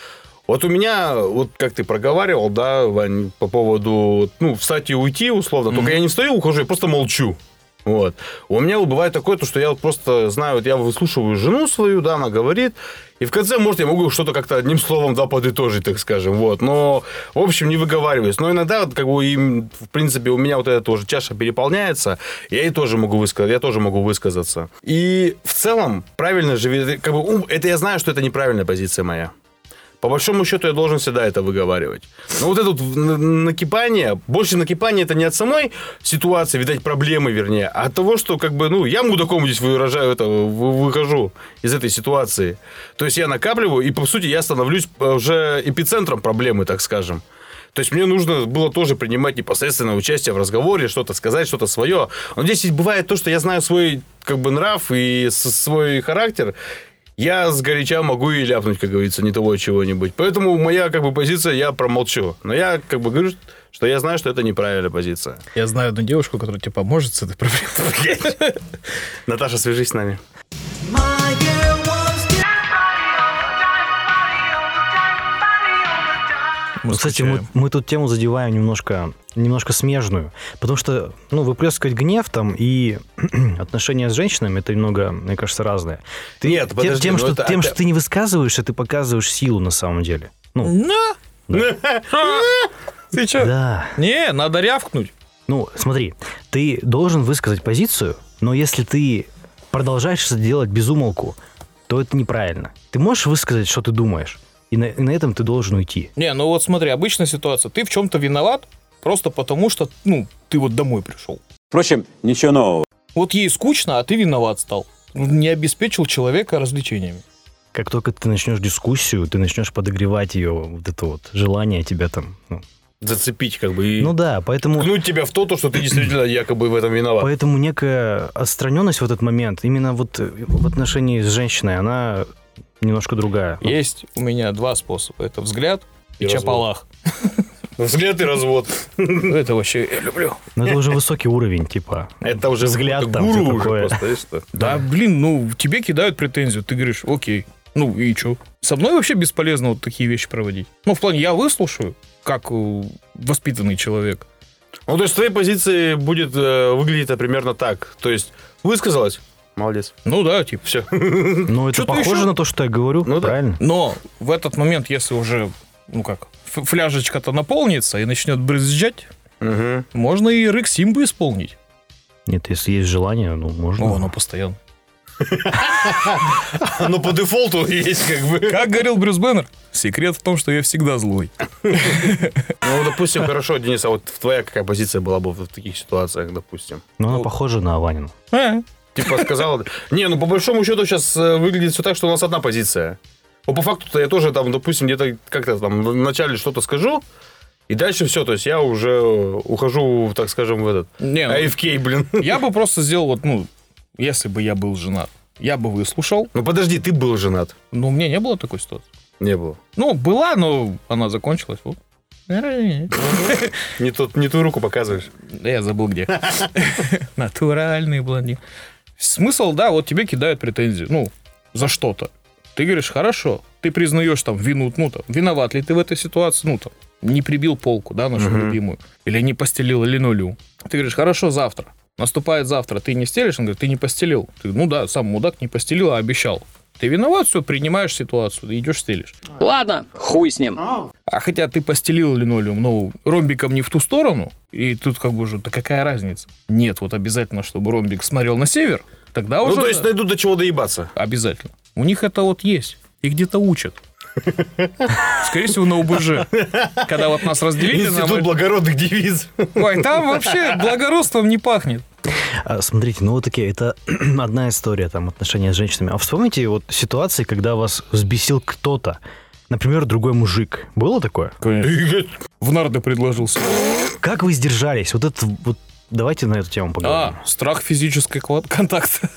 [SPEAKER 1] Вот у меня, вот как ты проговаривал, да, Вань, по поводу, ну, встать и уйти, условно, только я не встаю, ухожу, я просто молчу. Вот. У меня вот бывает такое, то, что я вот просто знаю, вот я выслушиваю жену свою, да, она говорит, и в конце, может, я могу что-то как-то одним словом, да, подытожить, так скажем, вот. Но, в общем, не выговариваюсь. Но иногда, вот, как бы, им, в принципе, у меня вот эта тоже чаша переполняется, я и тоже могу высказать, я тоже могу высказаться. И в целом, правильно же, ведь, как бы, ум- это я знаю, что это неправильная позиция моя. По большому счету, я должен всегда это выговаривать. Но вот это вот на- накипание, больше накипание это не от самой ситуации, видать, проблемы, вернее, а от того, что как бы, ну, я мудаком здесь выражаю это, вы- выхожу из этой ситуации. То есть я накапливаю, и по сути я становлюсь э, уже эпицентром проблемы, так скажем. То есть мне нужно было тоже принимать непосредственное участие в разговоре, что-то сказать, что-то свое. Но здесь ведь бывает то, что я знаю свой как бы нрав и с- свой характер, я с горяча могу и ляпнуть, как говорится, не того а чего-нибудь. Поэтому моя как бы позиция, я промолчу. Но я как бы говорю, что я знаю, что это неправильная позиция.
[SPEAKER 2] Я знаю одну девушку, которая тебе поможет с этой проблемой.
[SPEAKER 1] Наташа, свяжись с нами.
[SPEAKER 2] Мы
[SPEAKER 3] Ну, Кстати, мы,
[SPEAKER 2] скучаем.
[SPEAKER 3] мы тут тему задеваем немножко, немножко смежную, потому что, ну, выплескивать гнев там и отношения с женщинами, это немного, мне кажется, разное. Ты-
[SPEAKER 1] Нет,
[SPEAKER 3] тем,
[SPEAKER 1] подожди,
[SPEAKER 3] тем,
[SPEAKER 1] ну
[SPEAKER 3] что,
[SPEAKER 1] это
[SPEAKER 3] тем
[SPEAKER 1] опять-
[SPEAKER 3] что ты не высказываешься, ты показываешь силу на самом деле. Ну,
[SPEAKER 2] Ты че?
[SPEAKER 3] да.
[SPEAKER 2] Не, надо рявкнуть.
[SPEAKER 3] Ну, смотри, ты должен высказать позицию, но если ты продолжаешь это делать без умолку, то это неправильно. Ты можешь высказать, что ты думаешь, и на, и на этом ты должен уйти.
[SPEAKER 2] Не, ну вот смотри, обычная ситуация. Ты в чем-то виноват просто потому, что, ну, ты вот домой пришел.
[SPEAKER 8] Впрочем, ничего нового.
[SPEAKER 2] Вот ей скучно, а ты виноват стал. Не обеспечил человека развлечениями.
[SPEAKER 3] Как только ты начнешь дискуссию, ты начнешь подогревать ее, вот это вот желание тебя там. Ну,
[SPEAKER 1] Зацепить как бы и
[SPEAKER 3] ну да, поэтому,
[SPEAKER 1] ткнуть тебя в то, то, что ты действительно якобы в этом виноват.
[SPEAKER 3] поэтому некая отстраненность в этот момент, именно вот э, в отношении с женщиной, она немножко другая.
[SPEAKER 2] Есть у меня два способа. Это взгляд и,
[SPEAKER 1] И развод.
[SPEAKER 2] чапалах.
[SPEAKER 1] Взгляд и развод.
[SPEAKER 2] Ну, Это вообще я люблю.
[SPEAKER 3] Но это уже высокий уровень, типа.
[SPEAKER 1] Это уже
[SPEAKER 3] Взгляд
[SPEAKER 1] какой-то
[SPEAKER 3] там,
[SPEAKER 1] гуру
[SPEAKER 3] всё
[SPEAKER 1] уже
[SPEAKER 3] такое.
[SPEAKER 1] просто, видишь, что?
[SPEAKER 2] Да, блин, ну тебе кидают претензию, ты говоришь, окей, ну и чё? Со мной вообще бесполезно вот такие вещи проводить. Ну, в плане, я выслушаю, как э, воспитанный человек.
[SPEAKER 1] Ну, то есть, с твоей позиции будет э, выглядеть это примерно так. То есть, высказалась? Молодец.
[SPEAKER 2] Ну да, типа.
[SPEAKER 1] Все.
[SPEAKER 3] Но это
[SPEAKER 2] Чё-то
[SPEAKER 3] похоже
[SPEAKER 2] ещё?
[SPEAKER 3] на то, что я говорю,
[SPEAKER 1] Ну да.
[SPEAKER 3] правильно?
[SPEAKER 2] Но в этот момент, если уже, ну как, ф- фляжечка-то наполнится и начнет брызжать, можно и рык Симбы исполнить.
[SPEAKER 3] Нет, если есть желание, ну, можно.
[SPEAKER 2] О, оно постоянно.
[SPEAKER 1] Но Ну, по дефолту есть как бы.
[SPEAKER 2] Как говорил Брюс Беннер, секрет в том, что я всегда злой.
[SPEAKER 1] Ну, допустим, хорошо, Денис, а вот твоя какая позиция была бы в таких ситуациях, допустим?
[SPEAKER 3] Но она похожа на Ванину.
[SPEAKER 2] А,
[SPEAKER 1] Типа сказала, не, ну по большому счету сейчас выглядит все так, что у нас одна позиция. Ну, по факту-то я тоже там, допустим, где-то как-то там вначале что-то скажу, и дальше все, то есть я уже ухожу, так скажем, в этот...
[SPEAKER 2] Не, ну-
[SPEAKER 1] AFK, блин.
[SPEAKER 2] Я бы просто сделал вот, ну, если бы я был женат, я бы выслушал,
[SPEAKER 1] Ну подожди, ты был женат?
[SPEAKER 2] но у меня не было такой ситуации.
[SPEAKER 1] Не было.
[SPEAKER 2] Ну, была, но она закончилась. Вот. Да
[SPEAKER 1] Не, тот, не ту руку показываешь.
[SPEAKER 2] я забыл где. Натуральный блондин. Смысл, да, вот тебе кидают претензии. Ну, за что-то. Ты говоришь, хорошо, ты признаешь там вину, ну там, виноват ли ты в этой ситуации, ну там, не прибил полку, да, нашу любимую, или не постелил линолеум. Ты говоришь, хорошо, завтра. Наступает завтра, ты не стелишь? Он говорит, ты не постелил. Ты, ну да, сам мудак не постелил, а обещал. Ты виноват, все, принимаешь ситуацию, идешь стелишь.
[SPEAKER 10] Ладно, хуй с ним.
[SPEAKER 2] А хотя ты постелил линолеум, но ромбиком не в ту сторону, и тут как бы уже, да какая разница? Нет, вот обязательно, чтобы ромбик смотрел на север, тогда
[SPEAKER 1] Ну
[SPEAKER 2] уже...
[SPEAKER 1] то есть найду до чего доебаться.
[SPEAKER 2] Обязательно. У них это вот есть. И где-то учат. Скорее всего, на УБЖ. Когда вот нас разделили на...
[SPEAKER 1] Институт
[SPEAKER 2] мы-
[SPEAKER 1] благородных девиц.
[SPEAKER 2] Ой, там вообще благородством не пахнет.
[SPEAKER 3] А, Смотрите, ну вот такие, это одна история, там, отношения с женщинами. А вспомните вот ситуации, когда вас взбесил кто-то. Например, другой мужик. Было такое?
[SPEAKER 2] В нарды предложился.
[SPEAKER 3] Как вы сдержались? Вот это вот Давайте на эту тему поговорим.
[SPEAKER 2] А, страх физического контакта.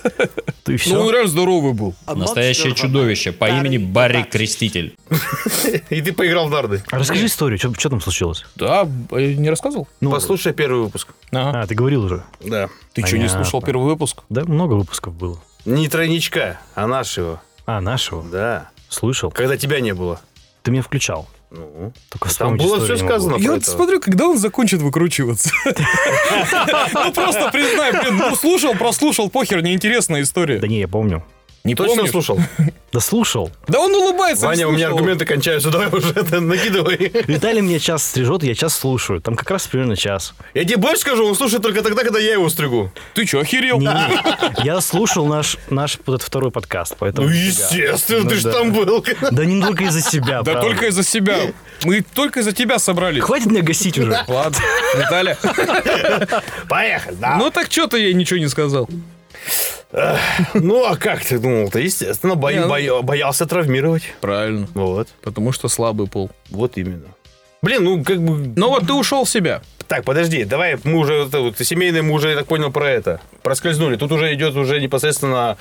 [SPEAKER 3] И все.
[SPEAKER 2] Ну, он реально здоровый был.
[SPEAKER 12] Настоящее чудовище по имени Барри Креститель.
[SPEAKER 1] И ты поиграл в нарды.
[SPEAKER 3] Расскажи историю, что там случилось?
[SPEAKER 2] Да, э, не рассказывал?
[SPEAKER 3] Ну,
[SPEAKER 1] Послушай первый выпуск.
[SPEAKER 2] Ага.
[SPEAKER 3] А, ты говорил уже.
[SPEAKER 1] Да.
[SPEAKER 2] Ты что, не
[SPEAKER 3] понятно.
[SPEAKER 2] слушал первый выпуск?
[SPEAKER 3] Да, много выпусков было.
[SPEAKER 1] Не тройничка, а нашего.
[SPEAKER 3] А, нашего.
[SPEAKER 1] Да.
[SPEAKER 3] Слышал.
[SPEAKER 1] Когда тебя не было.
[SPEAKER 3] Ты меня включал.
[SPEAKER 1] Ну,
[SPEAKER 3] Только
[SPEAKER 1] там
[SPEAKER 3] вспомнить
[SPEAKER 1] было все
[SPEAKER 3] историю не могу.
[SPEAKER 1] сказано.
[SPEAKER 2] Я
[SPEAKER 1] про
[SPEAKER 2] вот
[SPEAKER 1] этого.
[SPEAKER 2] смотрю, когда он закончит выкручиваться. Ну, просто признай, блин, ну, слушал, прослушал, похер, неинтересная история.
[SPEAKER 3] Да не, я помню.
[SPEAKER 2] Не
[SPEAKER 1] Точно
[SPEAKER 2] помнишь?
[SPEAKER 1] слушал?
[SPEAKER 3] Да слушал.
[SPEAKER 2] Да он улыбается.
[SPEAKER 1] Ваня, у меня аргументы кончаются, давай уже это накидывай.
[SPEAKER 3] Виталий мне час стрижет, я час слушаю. Там как раз примерно час.
[SPEAKER 1] Я тебе больше скажу, он слушает только тогда, когда я его стригу.
[SPEAKER 2] Ты что, охерел?
[SPEAKER 3] Не-не-не. Я слушал наш, наш вот этот второй подкаст, поэтому...
[SPEAKER 1] Ну, естественно,
[SPEAKER 3] Ну
[SPEAKER 1] ты же
[SPEAKER 3] да.
[SPEAKER 1] там был.
[SPEAKER 3] Да не только из-за себя,
[SPEAKER 2] Да
[SPEAKER 3] правда.
[SPEAKER 2] только из-за себя. Мы только из-за тебя собрались.
[SPEAKER 3] Хватит меня гасить уже.
[SPEAKER 2] Ладно, Виталя.
[SPEAKER 1] Поехали, да.
[SPEAKER 2] Ну так что-то я ничего не сказал.
[SPEAKER 1] Ну, а как ты думал-то? Естественно, бо-
[SPEAKER 2] Не, ну-
[SPEAKER 1] бо- боялся травмировать.
[SPEAKER 2] Правильно.
[SPEAKER 1] Вот.
[SPEAKER 2] Потому что слабый пол.
[SPEAKER 1] Вот именно. Блин, ну как бы...
[SPEAKER 2] Ну вот ты ушел в себя.
[SPEAKER 1] Так, подожди, давай мы уже... это вот семейное мы уже, я так понял, про это. Проскользнули. Тут уже идет уже непосредственно...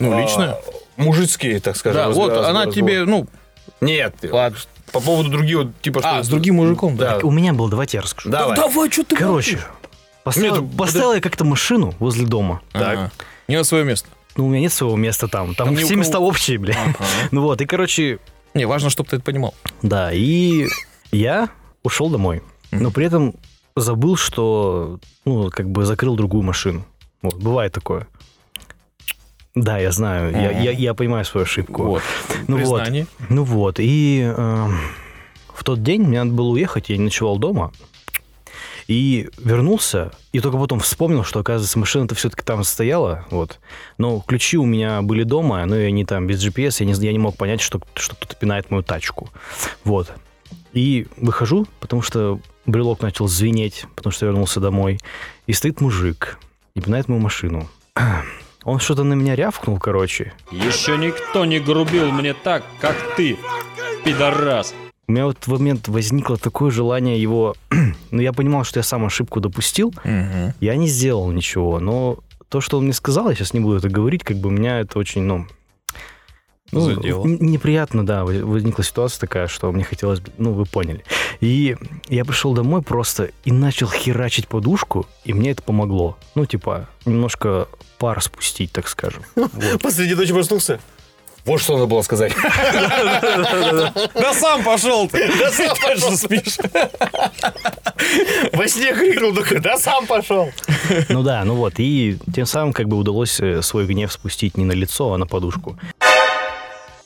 [SPEAKER 2] Ну,
[SPEAKER 1] а,
[SPEAKER 2] личное.
[SPEAKER 1] Мужицкие, так скажем.
[SPEAKER 2] Да,
[SPEAKER 1] раз-
[SPEAKER 2] вот
[SPEAKER 1] раз-
[SPEAKER 2] она
[SPEAKER 1] разговор.
[SPEAKER 2] тебе, ну,
[SPEAKER 1] Нет,
[SPEAKER 2] ладно.
[SPEAKER 1] по поводу других, вот, типа...
[SPEAKER 2] А,
[SPEAKER 1] что-
[SPEAKER 2] с другим мужиком, да.
[SPEAKER 1] Да,
[SPEAKER 3] У меня был, давайте я расскажу.
[SPEAKER 1] давай.
[SPEAKER 2] что ты
[SPEAKER 3] Короче, поставил,
[SPEAKER 1] Нет, да-
[SPEAKER 3] поставил я как-то машину возле дома.
[SPEAKER 2] Так. Не на свое место.
[SPEAKER 3] Ну, у меня нет своего места там. Там,
[SPEAKER 2] Там ни у
[SPEAKER 3] все
[SPEAKER 2] кого- А.
[SPEAKER 3] места общие, бля. Ну вот, и, короче,
[SPEAKER 2] Не, важно, чтобы ты это понимал.
[SPEAKER 3] да, и я ушел домой. Но при этом забыл, что, ну, как бы закрыл другую машину. Вот, бывает такое. Да, я знаю, я, я, я понимаю свою ошибку.
[SPEAKER 2] Вот.
[SPEAKER 3] Ну
[SPEAKER 2] Признание.
[SPEAKER 3] вот. Ну вот. И э, в тот день мне надо было уехать, я не ночевал дома. И вернулся, и только потом вспомнил, что, оказывается, машина-то все-таки там стояла, вот. Но ключи у меня были дома, но и они там без GPS, я не, я не мог понять, что, что кто-то пинает мою тачку, вот. И выхожу, потому что брелок начал звенеть, потому что я вернулся домой, и стоит мужик, и пинает мою машину. Он что-то на меня рявкнул, короче,
[SPEAKER 12] Еще никто не грубил мне так, как ты, пидорас.
[SPEAKER 3] У меня вот в момент возникло такое желание его... но я понимал, что я сам ошибку допустил. Я не сделал ничего, но то, что он мне сказал, я сейчас не буду это говорить, как бы меня это очень, ну... ну,
[SPEAKER 2] Задело.
[SPEAKER 3] н- неприятно, да, воз- возникла ситуация такая, что мне хотелось, бы- ну, вы поняли. И я пришел домой просто и начал херачить подушку, и мне это помогло. Ну, типа, немножко пар спустить, так скажем.
[SPEAKER 1] Посреди ночи проснулся. Вот что надо было сказать.
[SPEAKER 2] Да сам пошел ты.
[SPEAKER 1] Да сам пошел.
[SPEAKER 2] Спишь.
[SPEAKER 1] Во сне крикнул, такой, да сам пошел.
[SPEAKER 3] Ну да, ну вот, и тем самым как бы удалось э, свой гнев спустить не на лицо, а на подушку.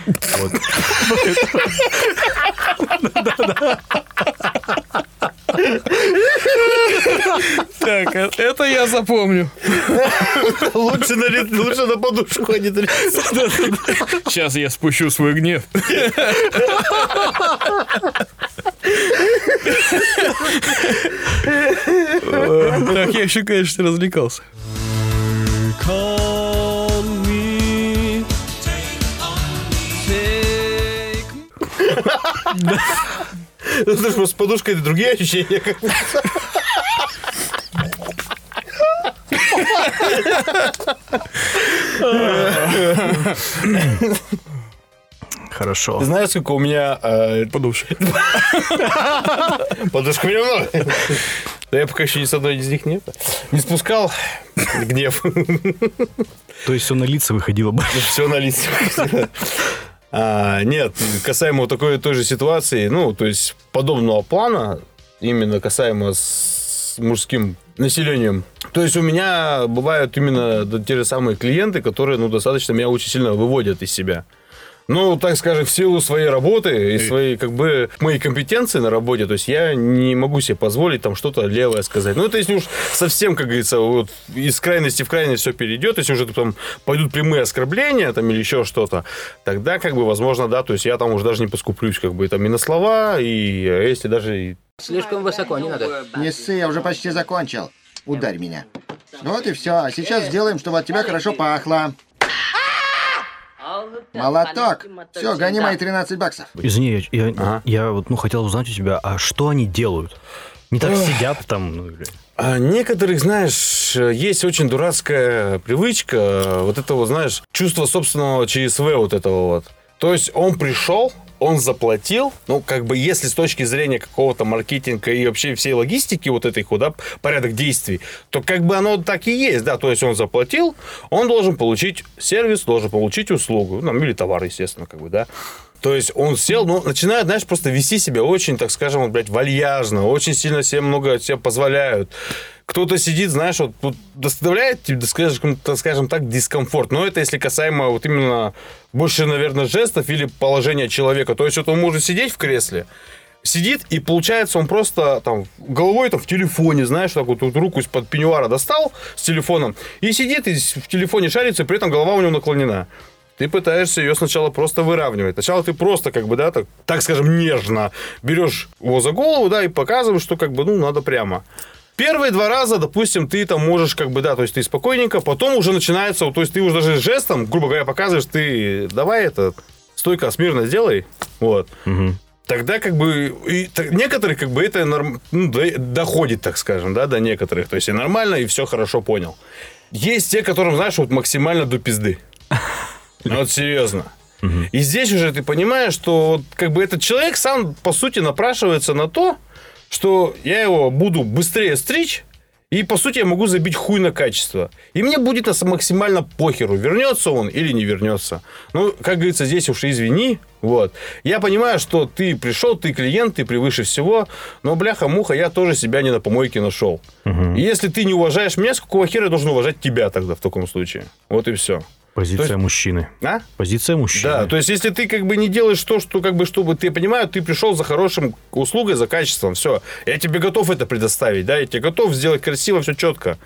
[SPEAKER 3] Вот. Да-да.
[SPEAKER 2] Так, э, это я запомню.
[SPEAKER 1] Лучше на, ли- лучше на подушку, а не на лицо.
[SPEAKER 2] Сейчас я спущу свой гнев. Так, я еще, конечно, развлекался.
[SPEAKER 1] Ну, слушай, просто с подушкой это другие ощущения. как бы.
[SPEAKER 3] Хорошо.
[SPEAKER 1] Ты Знаешь, сколько у меня э, подушек? Подушек у меня много. Да я пока еще ни с одной из них нет. Не спускал гнев.
[SPEAKER 3] То есть все на лица выходило бы.
[SPEAKER 1] Все на лице. А, нет, касаемо такой той же ситуации, ну, то есть подобного плана, именно касаемо с мужским населением. То есть у меня бывают именно да, те же самые клиенты, которые, ну, достаточно меня очень сильно выводят из себя. Ну, так скажем, в силу своей работы и своей, как бы, моей компетенции на работе, то есть я не могу себе позволить там что-то левое сказать. Ну, это если уж совсем, как говорится, вот из крайности в крайность все перейдет, если уже там пойдут прямые оскорбления там или еще что-то, тогда, как бы, возможно, да, то есть я там уже даже не поскуплюсь, как бы, там и на слова, и э, если даже и
[SPEAKER 6] Слишком высоко, не надо.
[SPEAKER 13] Не ссы, я уже почти закончил. Ударь меня. Вот и все. Сейчас сделаем, чтобы от тебя хорошо пахло. Молоток. Все, гони мои 13 баксов.
[SPEAKER 3] Извини, я, я- я вот, ну, хотел узнать у тебя, а что они делают? Не так сидят там, ну, или...
[SPEAKER 1] А некоторых, знаешь, есть очень дурацкая привычка, вот это вот, знаешь, чувство собственного ЧСВ вот этого вот. То есть он пришел, он заплатил, ну, как бы, если с точки зрения какого-то маркетинга и вообще всей логистики вот этой, куда порядок действий, то как бы оно так и есть, да, то есть он заплатил, он должен получить сервис, должен получить услугу, ну, или товар, естественно, как бы, да. То есть он сел, ну, начинает, знаешь, просто вести себя очень, так скажем, вот, блядь, вальяжно, очень сильно себе много себе позволяют. Кто-то сидит, знаешь, вот, вот доставляет тебе, да скажем, так скажем так, дискомфорт. Но это если касаемо вот именно больше, наверное, жестов или положения человека. То есть вот он может сидеть в кресле, сидит, и получается он просто там головой там в телефоне, знаешь, так вот, вот руку из-под пеньюара достал с телефоном, и сидит и с- в телефоне шарится, и при этом голова у него наклонена. Ты пытаешься ее сначала просто выравнивать. Сначала ты просто, как бы, да, так, так скажем, нежно берешь его за голову, да, и показываешь, что, как бы, ну, надо прямо. Первые два раза, допустим, ты там можешь, как бы, да, то есть ты спокойненько, потом уже начинается, вот, то есть ты уже даже жестом, грубо говоря, показываешь, ты давай это, стойка смирно сделай, вот. Тогда как бы и так- некоторые как бы это норм- ну, до- доходит, так скажем, да, до некоторых. То есть и нормально, и все хорошо понял. Есть те, которым, знаешь, вот максимально до пизды. Ну, вот серьезно. И здесь уже ты понимаешь, что вот как бы этот человек сам, по сути, напрашивается на то, что я его буду быстрее стричь, и, по сути, я могу забить хуй на качество. И мне будет нас максимально похеру, вернется он или не вернется. Ну, как говорится, здесь уж извини. Вот. Я понимаю, что ты пришел, ты клиент, ты превыше всего, но, бляха-муха, я тоже себя не на помойке нашел. И если ты не уважаешь меня, с какого хера я должен уважать тебя тогда в таком случае? Вот и все.
[SPEAKER 3] Позиция
[SPEAKER 1] То есть-
[SPEAKER 3] мужчины.
[SPEAKER 1] А?
[SPEAKER 3] Позиция мужчины.
[SPEAKER 1] Да, то есть если ты как бы не делаешь то, что как бы чтобы ты понимаю, ты пришел за хорошим услугой, за качеством, все, я тебе готов это предоставить, да, я тебе готов сделать красиво, все четко.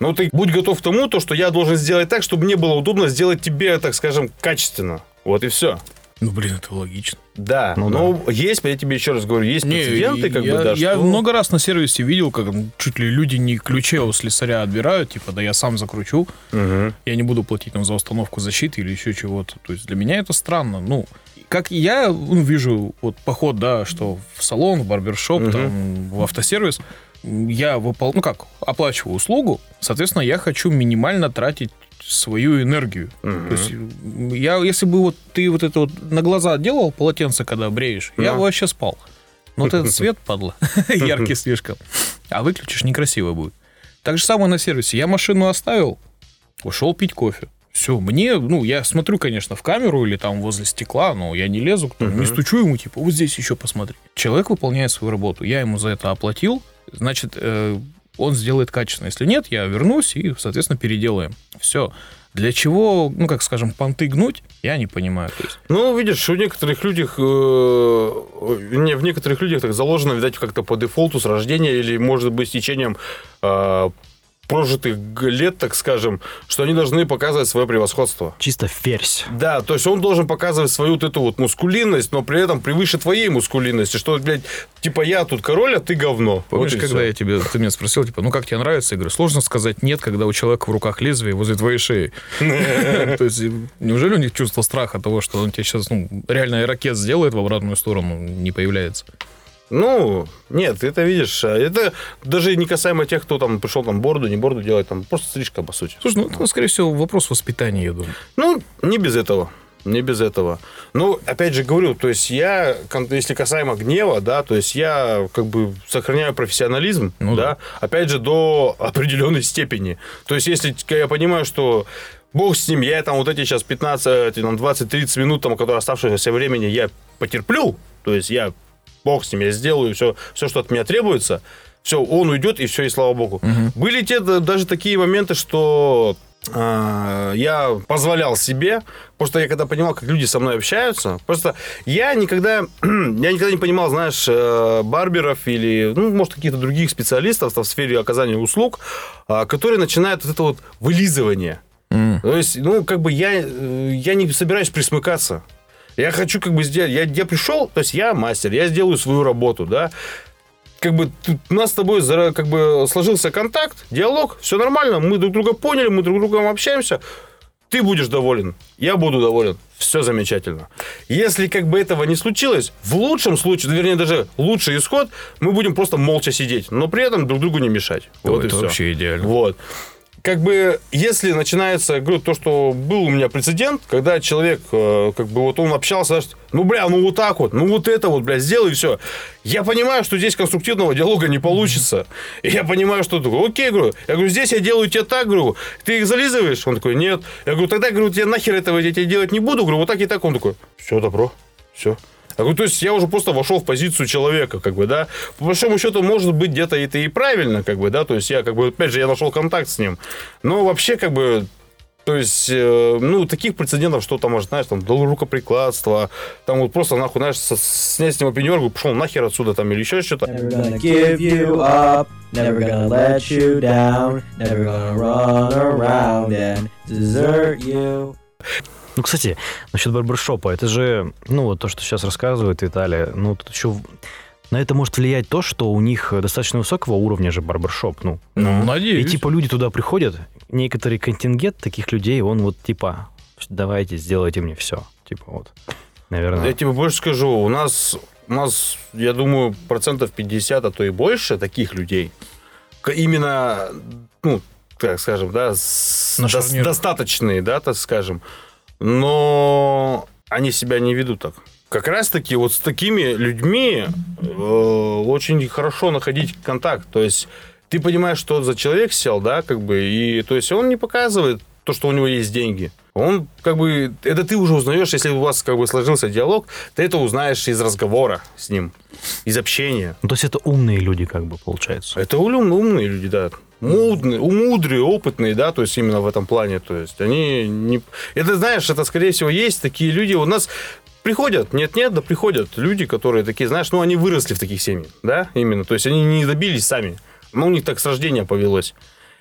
[SPEAKER 1] Но ты будь готов к тому, то что я должен сделать так, чтобы мне было удобно сделать тебе, так скажем, качественно. Вот и все.
[SPEAKER 2] Ну, блин, это логично.
[SPEAKER 1] Да, но есть, я тебе еще раз говорю, есть прецеденты, как
[SPEAKER 2] Ну я,
[SPEAKER 1] бы, да,
[SPEAKER 2] я
[SPEAKER 1] что-
[SPEAKER 2] много раз на сервисе видел, как м, чуть ли люди не ключе у слесаря отбирают, типа, да я сам закручу, я не буду платить там за установку защиты или еще чего-то. То есть для меня это странно. Ну, как я ну, вижу вот поход, да, что в салон, в барбершоп,
[SPEAKER 1] Мгм.
[SPEAKER 2] там, в автосервис, м, я выпол... ну как, оплачиваю услугу, соответственно, я хочу минимально тратить свою энергию. То есть м, я, если бы вот ты вот это вот на глаза делал полотенце, когда бреешь, я
[SPEAKER 1] Да.
[SPEAKER 2] бы вообще спал. Но Ну, вот этот свет, падла, яркий слишком. А выключишь, некрасиво будет. Так же самое на сервисе. Я машину оставил, ушел пить кофе. Все, мне, ну, я смотрю, конечно, в камеру или там возле стекла, но я не лезу, к нему, не стучу ему, типа, вот здесь еще посмотри. Человек выполняет свою работу, я ему за это оплатил, значит, э, он сделает качественно. Если нет, я вернусь и, соответственно, переделаем. Все. Для чего, ну, как скажем, понты гнуть, я не понимаю. То есть.
[SPEAKER 1] Ну, видишь, у некоторых людях, э, не, в некоторых людях так заложено, видать, как-то по дефолту с рождения или, может быть, с течением э, прожитых г- лет, так скажем, что они должны показывать свое превосходство.
[SPEAKER 3] Чисто ферзь.
[SPEAKER 1] Да, то есть он должен показывать свою вот эту вот мускулинность, но при этом превыше твоей мускулинности, что, блядь, типа я тут король, а ты говно.
[SPEAKER 2] Помнишь,
[SPEAKER 1] Вот и
[SPEAKER 2] когда
[SPEAKER 1] всё.
[SPEAKER 2] я тебе, ты меня спросил, типа, ну как тебе нравится? Я говорю, сложно сказать нет, когда у человека в руках лезвие возле твоей шеи. То есть, неужели у них чувство страха того, что он тебе сейчас, ну, реально ракет сделает в обратную сторону, не появляется?
[SPEAKER 1] Ну, нет, это видишь, а это даже не касаемо тех, кто там пришел там борду, не борду делать, там просто слишком, по сути.
[SPEAKER 2] Слушай, ну, это, скорее всего, вопрос воспитания, я думаю.
[SPEAKER 1] Ну, не без этого. Не без этого. Ну, опять же говорю, то есть я, кон- если касаемо гнева, да, то есть я как бы сохраняю профессионализм, да, опять же, до определенной степени. То есть если т- я понимаю, что бог с ним, я там вот эти сейчас 15, э, там 20-30 минут, там, которые оставшегося времени я потерплю, то есть я бог с ним, я сделаю все, все что от меня требуется, все, он уйдет, и все, и слава богу. Были те да, даже такие моменты, что а, я позволял себе, просто я когда понимал, как люди со мной общаются, просто я никогда, я никогда не понимал, знаешь, э, барберов или, ну, может, каких-то других специалистов там, в сфере оказания услуг, а, которые начинают вот это вот вылизывание. То есть, ну, как бы я, э, я не собираюсь присмыкаться. Я хочу как бы сделать... Я, я пришел, то есть я мастер, я сделаю свою работу, да. Как бы тут у нас с тобой зара- как бы сложился контакт, диалог, все нормально, мы друг друга поняли, мы друг с другом общаемся. Ты будешь доволен, я буду доволен, все замечательно. Если как бы этого не случилось, в лучшем случае, вернее даже лучший исход, мы будем просто молча сидеть, но при этом друг другу не мешать. вот и
[SPEAKER 2] это
[SPEAKER 1] всё.
[SPEAKER 2] вообще идеально.
[SPEAKER 1] Вот. Как бы, если начинается, говорю, то, что был у меня прецедент, когда человек, э, как бы, вот он общался, знаешь, ну, бля, ну, вот так вот, ну, вот это вот, бля, сделай, все. Я понимаю, что здесь конструктивного диалога не получится. И я понимаю, что такое, окей, говорю, я говорю, здесь я делаю тебе так, говорю, ты их зализываешь? Он такой, нет. Я говорю, тогда, говорю, я нахер этого я тебе делать не буду, говорю, вот так и так. Он такой, все, добро, все. Я говорю, то есть я уже просто вошел в позицию человека, как бы, да. По большому счету, может быть, где-то это и правильно, как бы, да. То есть я, как бы, опять же, я нашел контакт с ним. Но вообще, как бы, то есть, э, ну, таких прецедентов, что там, может, знаешь, там, дал рукоприкладство, там вот просто, нахуй, знаешь, со- снять с него пенерку, пошел нахер отсюда, там, или еще что-то.
[SPEAKER 14] give you up, never gonna let you down, never gonna run around and desert you.
[SPEAKER 3] Ну, кстати, насчет барбершопа, это же, ну, вот то, что сейчас рассказывает Виталий, ну, тут еще в- на это может влиять то, что у них достаточно высокого уровня же барбершоп, ну.
[SPEAKER 2] Ну, надеюсь.
[SPEAKER 3] И типа люди туда приходят, некоторый контингент таких людей, он вот типа, давайте, сделайте мне все. Типа вот, наверное.
[SPEAKER 1] Я тебе больше скажу, у нас, у нас, я думаю, процентов 50, а то и больше таких людей. К- Именно, ну, так скажем, да, с-
[SPEAKER 2] На
[SPEAKER 1] дос-
[SPEAKER 2] шарнир.
[SPEAKER 1] достаточные, да, так скажем. Но они себя не ведут так. Как раз-таки вот с такими людьми э, очень хорошо находить контакт. То есть ты понимаешь, что за человек сел, да, как бы, и то есть он не показывает то, что у него есть деньги. Он как бы, это ты уже узнаешь, если у вас как бы сложился диалог, ты это узнаешь из разговора с ним, из общения.
[SPEAKER 3] Ну, то есть это умные люди, как бы, получается.
[SPEAKER 1] Это улюм- умные люди, да. Мудные, мудрые, опытные, да, то есть именно в этом плане. То есть они не... Это, знаешь, это, скорее всего, есть такие люди. У нас приходят, нет-нет, да приходят люди, которые такие, знаешь, ну, они выросли в таких семьях, да, именно. То есть они не добились сами. Ну, у них так с рождения повелось.